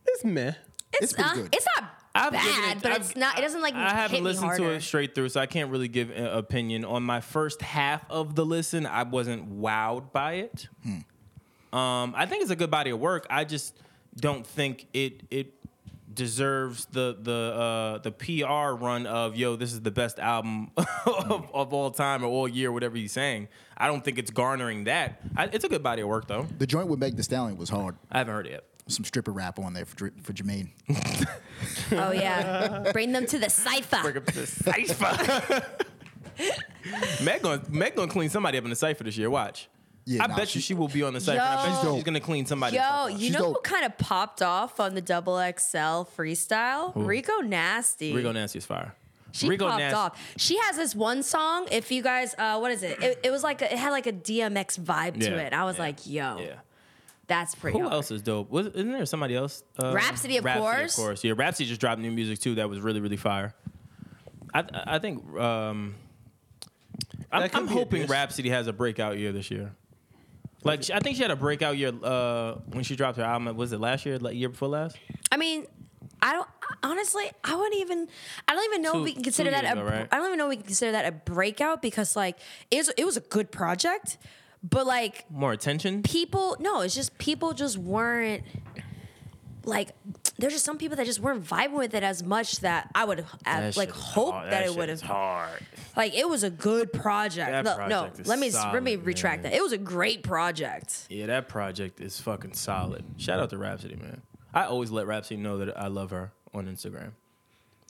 It's meh. it's it's pretty uh, good. it's not bad, but it's not. It doesn't like I haven't hit me listened to harder. it straight through, so I can't really give an opinion on my first half of the listen. I wasn't wowed by it. Um, I think it's a good body of work. I just don't think it it deserves the the uh, the PR run of yo. This is the best album [laughs] of, of all time or all year, whatever he's saying. I don't think it's garnering that. I, it's a good body of work though. The joint with Meg The Stallion was hard. I haven't heard it yet. Some stripper rap on there for Dr- for [laughs] Jermaine. Oh yeah, bring them to the cipher. [laughs] Meg gonna, Meg gonna clean somebody up in the cipher this year. Watch. Yeah, I nah, bet you she- she will be on the cipher. I bet She's you dope. she's gonna clean somebody. Yo, the fuck up. you She's know who dope. kind of popped off on the double XL freestyle? Rico Nasty. Rico Nasty is fire. She Rico popped Nasty. off. She has this one song. If you guys, uh, what is it? It, it was like a, it had like a DMX vibe to Yeah, it. I was yeah, like, yo, Yeah. that's pretty. Who hard. else is dope? Was, isn't there somebody else? Uh, Rhapsody, of course. Of course. Yeah, Rhapsody just dropped new music too. That was really really fire. I I think um, I'm, That could I'm be a hoping diss. Rhapsody has a breakout year this year. Like she- I think she had a breakout year uh, when she dropped her album. Was it last year? Like year before last? I mean, I don't honestly. I wouldn't even. I don't even know Two- if we can consider two that. years a, ago, right? I don't even know if we can consider that a breakout because like it was, it was a good project, but like More attention. people. No, it's just people just weren't. Like there's just some people that just weren't vibing with it as much that I would have That like shit is hope hard. that, it shit would is have hard. like it was a good project. That no, project no, is let me let me solid, retract man. that. It was a great project. Yeah, that project is fucking solid. Shout out to Rhapsody, man. I always let Rhapsody know that I love her on Instagram,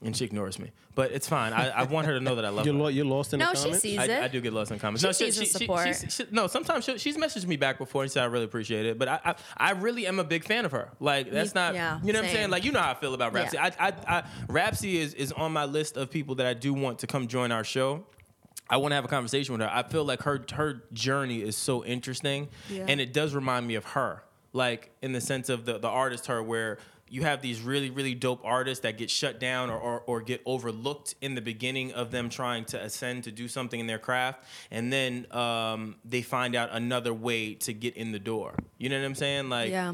and she ignores me. But it's fine. I, I want her to know that I [laughs] love You're, her. lo- you're lost in No, the she comments. sees it. I, I do get lost in comments. She no, sees the support. she's- she- no, sometimes she, she's messaged me back before and said I really appreciate it, but I, I I really am a big fan of her. Like that's not yeah, you know what I'm same. saying. Like you know how I feel about Rhapsody. Yeah. I, I I Rhapsody is is on my list of people that I do want to come join our show. I want to have a conversation with her. I feel like her her journey is so interesting, Yeah. and it does remind me of her, like in the sense of the the artist her where. You have these really, really dope artists that get shut down or, or, or get overlooked in the beginning of them trying to ascend to do something in their craft. And then um, they find out another way to get in the door. You know what I'm saying? Like, yeah.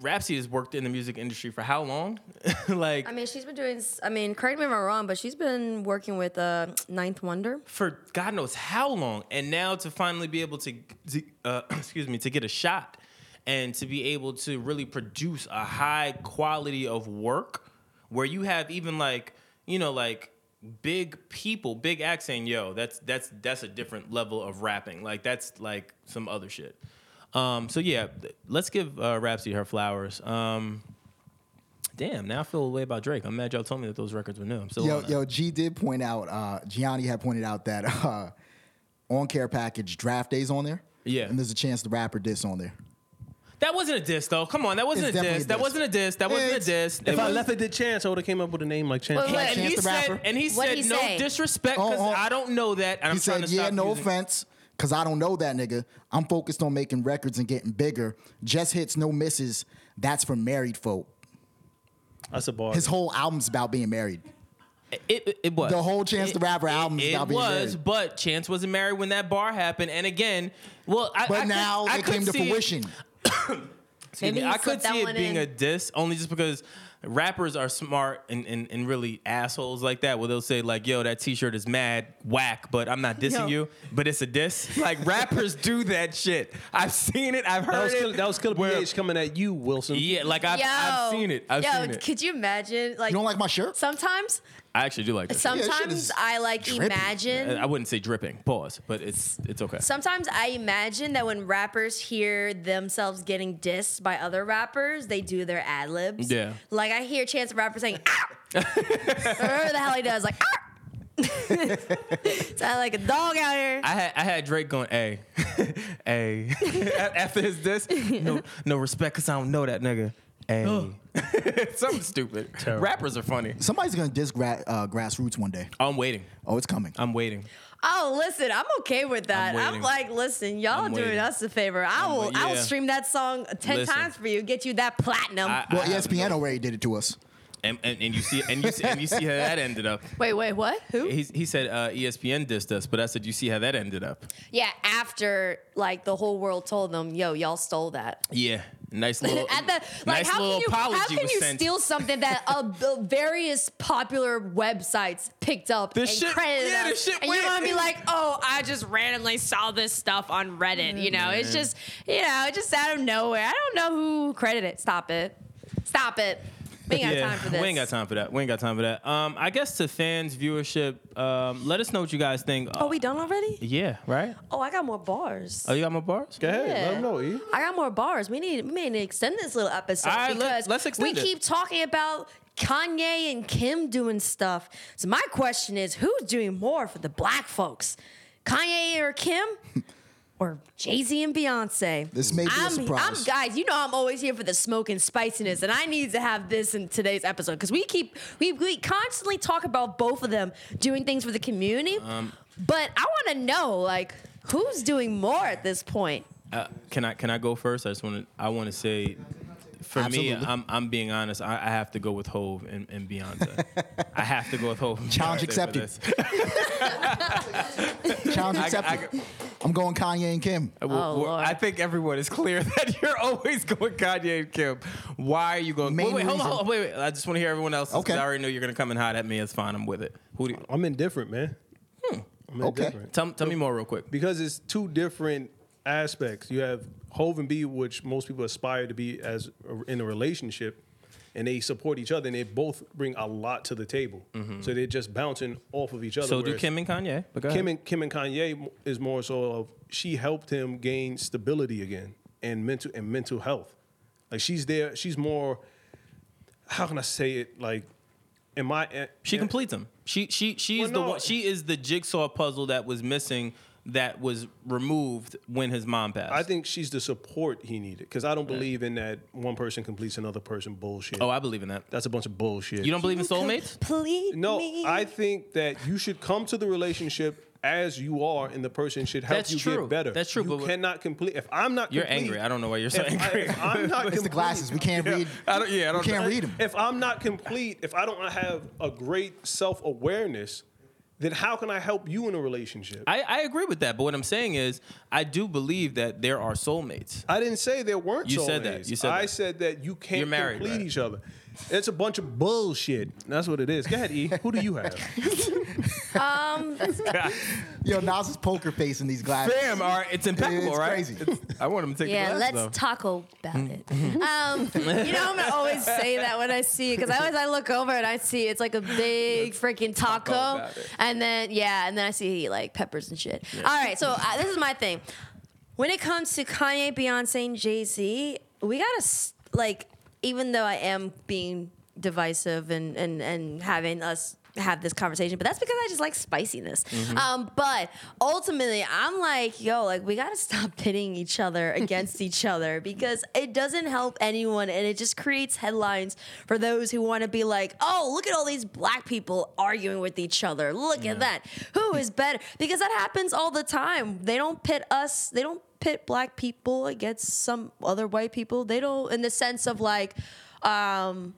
Rhapsody has worked in the music industry for how long? [laughs] like, I mean, she's been doing. s- I mean, correct me if I'm wrong, but she's been working with uh, Ninth Wonder. for God knows how long, and now to finally be able to, to uh, [clears throat] excuse me, to get a shot and to be able to really produce a high quality of work where you have even like you know like big people, big acts saying, "Yo, that's that's that's a different level of rapping. Like that's like some other shit." Um, so yeah, th- let's give uh, Rhapsody her flowers. Um, damn, now I feel a way about Drake. I'm mad y'all told me that those records were new. I'm still Yo, on that. yo, G did point out, uh, Gianni had pointed out that uh, on care package draft days on there. Yeah. And there's a chance the rapper diss on there. That wasn't a diss, though. Come on, that wasn't It's a diss. definitely a That diss. wasn't a diss. That wasn't a It's- diss. If It I was- left it to Chance, I would have came up with a name like Chance. Wait, wait. and he Chance the said, Rapper. and he What'd said, he no say? disrespect, because Oh, oh. I don't know that, and He I'm trying said, to "Yeah, stop no using- offense, because I don't know that nigga. I'm focused on making records and getting bigger. Just hits, no misses. That's for married folk. That's a bar. His whole album's about being married. It, it, it was The whole Chance It- the Rapper it- album is It, about being was, married. but Chance wasn't married when that bar happened, and again, well, I, I But could- now I it could came to see it- fruition. Excuse Maybe me, he I could slipped that see it one being in. a diss only just because rappers are smart and, and, and really assholes like that where they'll say like yo that t-shirt is mad whack but i'm not dissing Yo. you but it's a diss like rappers do that shit i've seen it i've heard that was it Killer, that was Killer where- PH coming at you, Wilson. yeah like I've, yo, I've seen it i've yo, seen it could you imagine? Like, You don't like my shirt? sometimes, i actually do like this shit sometimes is I like drippy. imagine. i wouldn't say dripping pause but it's it's okay Sometimes I imagine that when rappers hear themselves getting dissed by other rappers, they do their ad libs. Yeah. "Ah!" [laughs] Like I hear Chance the Rapper saying, "Ow," or whatever the hell he does, like, "Ow." [laughs] Sound like a dog out here. I had I had Drake going, hey, [laughs] hey. [laughs] After his diss, no, no respect, cause I don't know that nigga. Hey, [laughs] something stupid. Rappers are funny. Somebody's gonna diss gra- uh, grassroots one day. I'm waiting. Oh, it's coming. I'm waiting. Oh, listen, I'm okay with that. I'm, waiting. like, listen, y'all I'm doing waiting. us a favor. I I'm will, wait- I will yeah. stream that song ten Listen. times for you. Get you that platinum. I- well, E I have ESPN no- already did it [laughs] to us. And, and, and you see and you see, and you see how that ended up. wait, wait, what? Who? He, he said uh, ESPN dissed us, but I said you see how that ended up. Yeah, after like the whole world told them, yo, y'all stole that. Yeah, [laughs] nice little At the like, nice how can little you apology how can was you sent. steal something that [laughs] uh, the various popular websites picked up The and shit- credited yeah, the us? shit and you went- want to be like, oh, I just randomly saw this stuff on Reddit. You know, it's just you know, it's just out of nowhere. I don't know who credited it. Stop it. Stop it. We ain't got [laughs] Yeah, time for this. We ain't got time for that. We ain't got time for that. Um, I guess to fans, viewership, um, let us know what you guys think. Are Oh, we done already? Yeah, right? Oh, I got more bars. Oh, you got my bars? Go ahead, let Yeah. them know. E. I got more bars. We need we need to extend this little episode All right, let- because let's extend we it. keep talking about Kanye and Kim doing stuff. So my question is, who's doing more for the black folks, Kanye or [laughs] Kim, or Jay Z and Beyonce? This may be a I'm, surprise. I'm guys. You know I'm always here for the smoke and spiciness, and I need to have this in today's episode because we keep we we constantly talk about both of them doing things for the community. Um, but I want to know like who's doing more at this point. Uh, can I can I go first? I just want to I want to say for me, Absolutely. I'm I'm being honest. I, I have to go with Hove and, and Beyonce. I have to go with Hove. and Challenge Beyonce for accepted. this. Challenge I- accepted. I'm going Kanye and Kim. Well, well, Lord. I think everyone is clear [laughs] that you're always going Kanye and Kim. Why are you going? Main wait, wait, hold on, reason. hold on, wait, wait. I just want to hear everyone else. Okay. I already know you're going to come and hide at me. It's fine. I'm with it. Who do you, I'm indifferent, man. I'm Okay. indifferent. tell, tell me more real quick. because it's two different aspects. You have Hove and B, which most people aspire to be as in a relationship, and they support each other, and they both bring a lot to the table. So they're just bouncing off of each other. Mm-hmm. So do whereas Kim and Kanye. But go ahead. Kim and Kim and Kanye is more so of she helped him gain stability again and mental and mental health. Like she's there. She's more. How can I say it? Like, in my She completes them. She she she's Well, the no. one. She is the jigsaw puzzle that was missing that was removed when his mom passed. I think she's the support he needed because I don't believe in that one person completes another person bullshit. Oh, I believe in that. That's a bunch of bullshit. You don't believe in soulmates? Complete No, me. I think that you should come to the relationship as you are, and the person should help That's you true. get better. That's true, You but what- cannot complete. If I'm not, You're complete- angry. I don't know why you're [laughs] so If, I, angry. if I'm not It's the complete, glasses. We can't read. I don't. Yeah, I don't. we can't read them. If I'm not complete, if I don't have a great self awareness, then how can I help you in a relationship? I, I, I agree with that, but what I'm saying is, I do believe that there are soulmates. didn't say there weren't. You said soulmates. that. You said I that. said that you can't You're married, complete right? each other. It's a bunch of bullshit. That's what it is. Go ahead, [laughs] E. Who do you have? Yo, Nas's poker face in these glasses. Damn, all right, it's impeccable, It's right? crazy. It's- I want him to take Yeah, the let's glass, though. taco about it. Um, you know, I'm gonna always say that when I see it because I always I look over and I see it's like a big freaking taco, about it. and then yeah, and then I see like peppers and shit. All right, so uh, this is my thing. When it comes to Kanye, Beyonce, and Jay Z, we gotta s- like, even though I am being divisive and and and having us have this conversation, but that's because I just like spiciness. Um, but ultimately, I'm like, yo, like we gotta stop [laughs] pitting each other against each other because it doesn't help anyone, and it just creates headlines for those who want to be like, oh, look at all these black people arguing with each other. Look at that. Who is better? Because that happens all the time. They don't pit us. They don't pit black people against some other white people. They don't in the sense of like um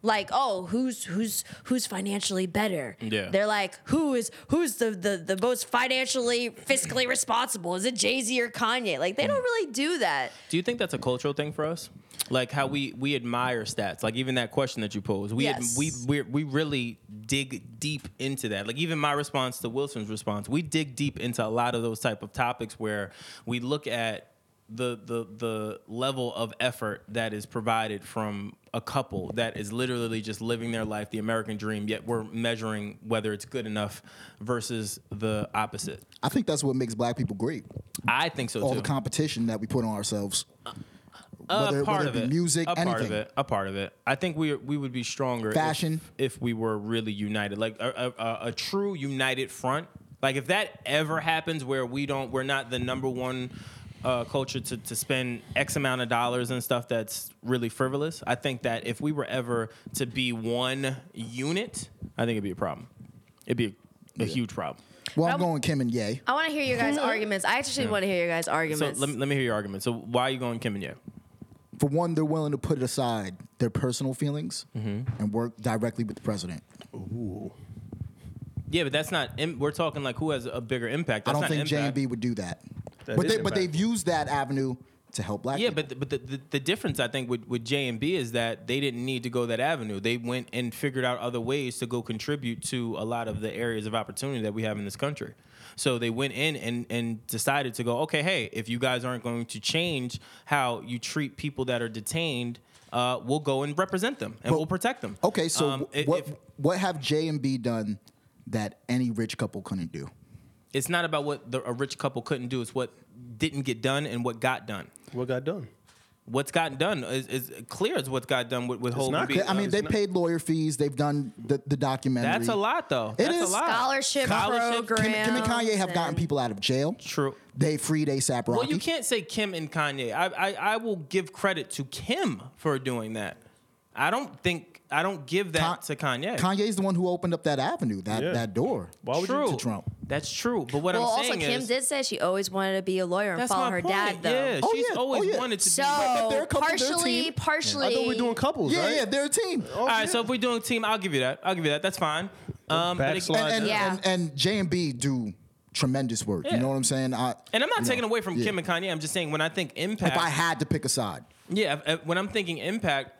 like oh who's who's who's financially better Yeah. they're like who is who's the the, the most financially fiscally responsible is it jay-z or kanye like they don't really do that Do you think that's a cultural thing for us? Like how we we admire stats, like even that question that you posed, we ad- Yes. we we we really dig deep into that. Like even my response to Wilson's response, we dig deep into a lot of those type of topics where we look at the the the level of effort that is provided from a couple that is literally just living their life, the American dream. Yet we're measuring whether it's good enough versus the opposite. I think that's what makes black people great. I think so All too. the competition that we put on ourselves. a whether, part whether of it be it. music, a anything. part of it. A part of it. I think we we would be stronger. if- Fashion. if, we were really united, like a, a, a, a true united front. Like if that ever happens, where we don't, we're not the number one. Uh, culture to, to spend X amount of dollars and stuff that's really frivolous. I think that if we were ever to be one unit, I think it'd be a problem. It'd be a, a huge problem. Well, I'm w- going Kim and Ye. I want to hear your guys' arguments. I actually want to hear your guys' So arguments. let me, let me hear your argument. So why are you going Kim and Ye? For one, they're willing to put aside their personal feelings and work directly with the president. Yeah, but that's not. Im- we're talking like who has a bigger impact. I That's don't not think J and impact. B would do that. That but is they, but impactful. they've used that avenue to help black. Yeah, people. but the, but the, the, the difference I think with, with J and B is that they didn't need to go that avenue. They went and figured out other ways to go contribute to a lot of the areas of opportunity that we have in this country. So they went in and, and decided to go, okay, hey, if you guys aren't going to change how you treat people that are detained, uh, we'll go and represent them and we'll protect them. okay, so Um, i- what if- what have J and B done that any rich couple couldn't do? it's not about what the, a rich couple couldn't do; it's what didn't get done and what got done. What got done? what's gotten done is, is clear as what's got done with, with Holden not B. clear. I mean, it's they not- paid lawyer fees. They've done the, the documentary. that's a lot though. It that's is. a lot. Scholarship program. Kim, Kim and Kanye have gotten and- people out of jail. True. They freed ASAP Rocky. Well, you can't say Kim and Kanye. I, I I will give credit to Kim for doing that. I don't think I don't give that to Kanye. Kanye's the one who opened up that avenue, that, Yeah. that door. Why would true. you? to Trump. That's true. But what well, I'm also saying Kim is did say she always wanted to be a lawyer and that's follow my her point. dad though. Yeah, Oh, she's yeah. Oh, always yeah. wanted to be. but they're So a couple, they're a partially, team. partially. I thought we were doing couples, Yeah, right? yeah, they're a team. Oh, All right, so yeah. if we're doing team, I'll give you that. I'll give you that. That's fine. Um, but it- Backslide. and, and, Yeah. and, and J and B do tremendous work. Yeah. You know what I'm saying? I, and I'm not you taking know, away from yeah. Kim and Kanye. I'm just saying when I think impact, If I had to pick a side, Yeah, if- if- when I'm thinking impact,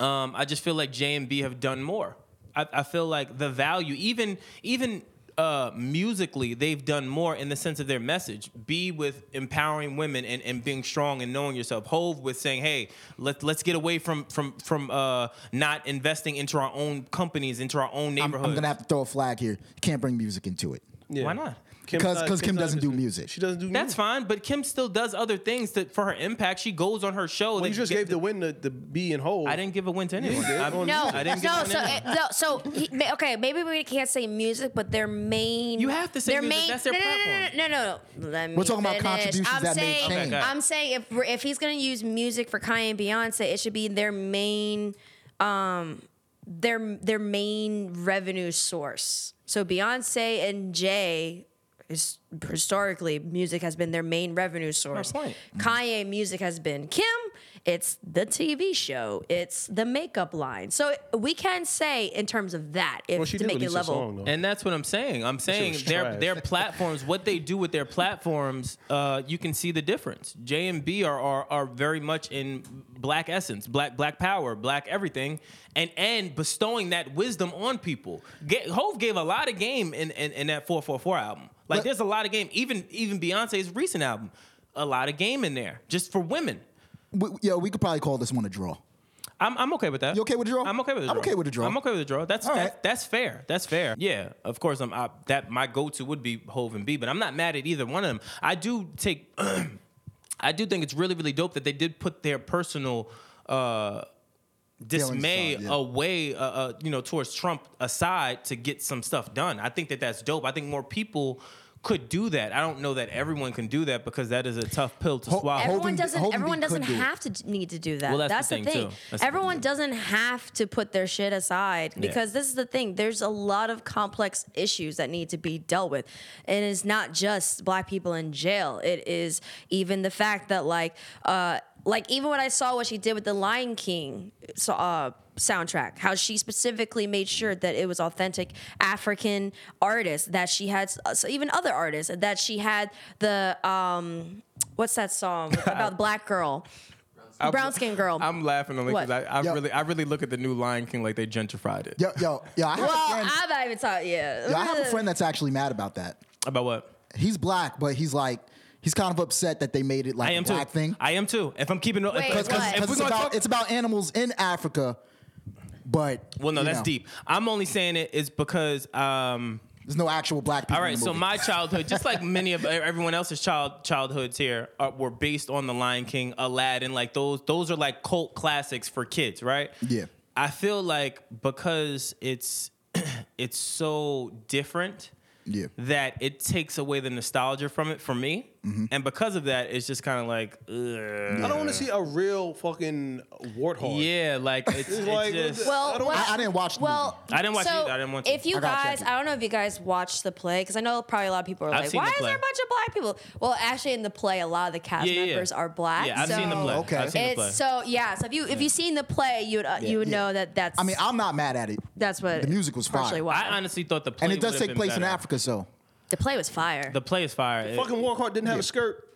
um, I just feel like J and B have done more. I, I feel like the value, even even uh, musically, they've done more in the sense of their message. B with empowering women and, and being strong and knowing yourself. Hove with saying, hey, let's let's get away from from from uh, not investing into our own companies, into our own I'm, neighborhood. I'm gonna have to throw a flag here. You can't bring music into it. Yeah. Why not? Kim's 'Cause- not- 'cause Kim Kim's not doesn't do interested. music. She doesn't do music. That's fine, but Kim still does other things to, for her impact. She goes on her show. Well, they you just get gave the win to the B and hole. I didn't give a win to anyone. did. I, No, I didn't give no. a win to So, anyone. it, no, so he, ma- okay, maybe we can't say music, but their main. You have to say music. That's their no, no, platform. No, no, no, no, no. Let me We're talking about finish. contributions I'm that saying, made change. Okay, I'm saying if we're, if he's gonna use music for Kanye and Beyonce, it should be their main, um, their their main revenue source. So Beyonce and Jay. Is, historically, music has been their main revenue source. point. Kanye music has been Kim. It's the TV show. It's the makeup line. So we can say in terms of that, if Well, she to did make it release a level. song though. And that's what I'm saying. I'm saying was their trash. their platforms, what they do with their platforms, uh, you can see the difference. J and B are, are are very much in black essence, black black power, black everything, and and bestowing that wisdom on people. Ga- Hove gave a lot of game in in, in that 444 album. Like But- there's a lot of game. Even even Beyonce's recent album, a lot of game in there just for women. We, yo, we could probably call this one a draw. I'm, I'm okay with that. You okay with the draw? I'm okay with the draw. I'm okay with the draw. I'm okay with the draw. That's All that, right. that's fair. That's fair. Yeah, of course. I'm I, that my go-to would be Hove and B, but I'm not mad at either one of them. I do take. [clears throat] I do think it's really really dope that they did put their personal. Uh, dismay aside, yeah. away, uh, uh, you know, towards Trump aside to get some stuff done. I think that that's dope. I think more people could do that. I don't know that everyone can do that because that is a tough pill to Ho- swallow. ho- Everyone Holden- doesn't. Holden everyone Beat could doesn't do it. have to d- need to do that. Well, that's, the thing. too. That's the everyone thing. doesn't have to put their shit aside because this is the thing. There's a lot of complex issues that need to be dealt with, and it's not just black people in jail. It is even the fact that like, uh, like even when I saw what she did with the Lion King, so, uh, soundtrack how she specifically made sure that it was authentic african artists that she had uh, so even other artists that she had the um what's that song [laughs] about the black girl brown skin girl I'm laughing only because I, What? I Yo. really, I really look at the new Lion King like they gentrified it. Yo, yo, yo. I have well a friend. i'm not even talking yeah yo, I have a friend that's actually mad about that. About what? He's black, but he's like, he's kind of upset that they made it like I am a black too. thing. I am too. If I'm keeping, Wait, if, Cause- if- what? if because we're it's gonna about talk- it's about animals in Africa, but well, no, you that's know. deep. I'm only saying it is because um, There's no actual black people. All in right, the so movie. [laughs] my childhood, just like many of e-, everyone else's child childhoods here, are, were based on The Lion King, Aladdin, like those. Those are like cult classics for kids, right? Yeah. I feel like because it's [clears throat] it's so different Yeah. that it takes away the nostalgia from it for me, Mm-hmm. and because of that, it's just kind of like, ugh. I don't want to see a real fucking warthog. yeah, like [laughs] it's, It's it's like- just. Well, Well- I don't- well- I- I didn't watch the Well, I didn't watch it so either. I didn't want to. If you I gotta check guys, it. I don't know if you guys watched the play because I know probably a lot of people are I've like, seen "Why the is there a play. bunch of black people?" Well, actually, in the play, a lot of the cast Yeah, yeah, yeah. members are black. yeah, I've seen the so- play. Okay. I've seen the play. It's so yeah. So if you if you've seen the play, you'd uh, you would Yeah. know that that's. I mean, I'm not mad at it. that's what the music was fire. partially why. I honestly thought the play and it does would've take been place in better. Africa, so the play was fire. The play is fire. It- Fucking warthog didn't have a skirt.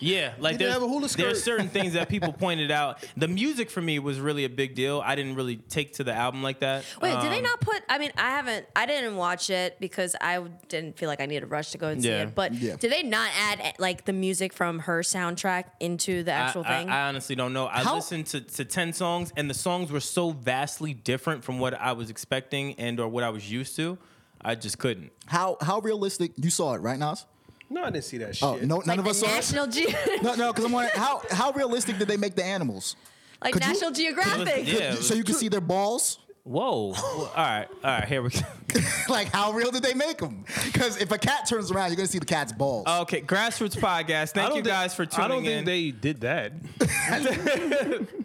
Yeah, like didn't there's, have a hula skirt. there's certain things that [laughs] people pointed out. The music for me was really a big deal. I didn't really take to the album like that. Wait, did they Um, not put? I mean, I haven't. I didn't watch it because I didn't feel like I needed a rush to go and Yeah. see it. But Yeah. did they not add eh, like the music from her soundtrack into the I- actual I, thing? I honestly don't know. I How- listened to, to ten songs, and the songs were so vastly different from what I was expecting and or what I was used to. I just couldn't. how how realistic? You saw it, right, Nas? No, I didn't see that shit. Oh, no, none like of us the saw National Ge- [laughs] it. [laughs] No, no, because I'm wondering how how realistic did they make the animals? like Could you- National Geographic. Yeah. it so you can see their balls. [laughs] Whoa! all right, all right. Here we go. [laughs] like how real did they make them? Because if a cat turns around, you're gonna see the cat's balls. Okay, grassroots podcast. Thank I don't you thi- guys for tuning I don't in. think they did [laughs] that.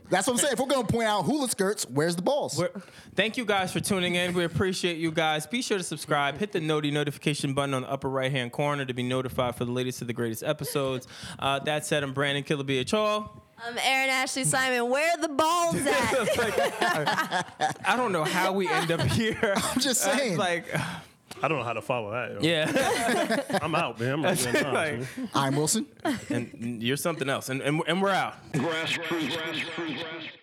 That's what I'm saying. If we're gonna point out hula skirts, where's the balls? We're, thank you guys for tuning in. We appreciate you guys. Be sure to subscribe. Hit the noti notification button on the upper right hand corner to be notified for the latest of the greatest episodes. Uh, that said, I'm Brandon Killer BHR. [laughs] I'm Um, Aaron Ashley Simon. Where the balls [laughs] at? I don't know how we end up [laughs] here. I'm just saying. like, [laughs] I don't know how to follow that. yo. yeah, I'm out, man. I'm [laughs] not doing nonsense, Like- man. I'm Wilson. and you're something else, and and, and we're out. grassroots. grassroots.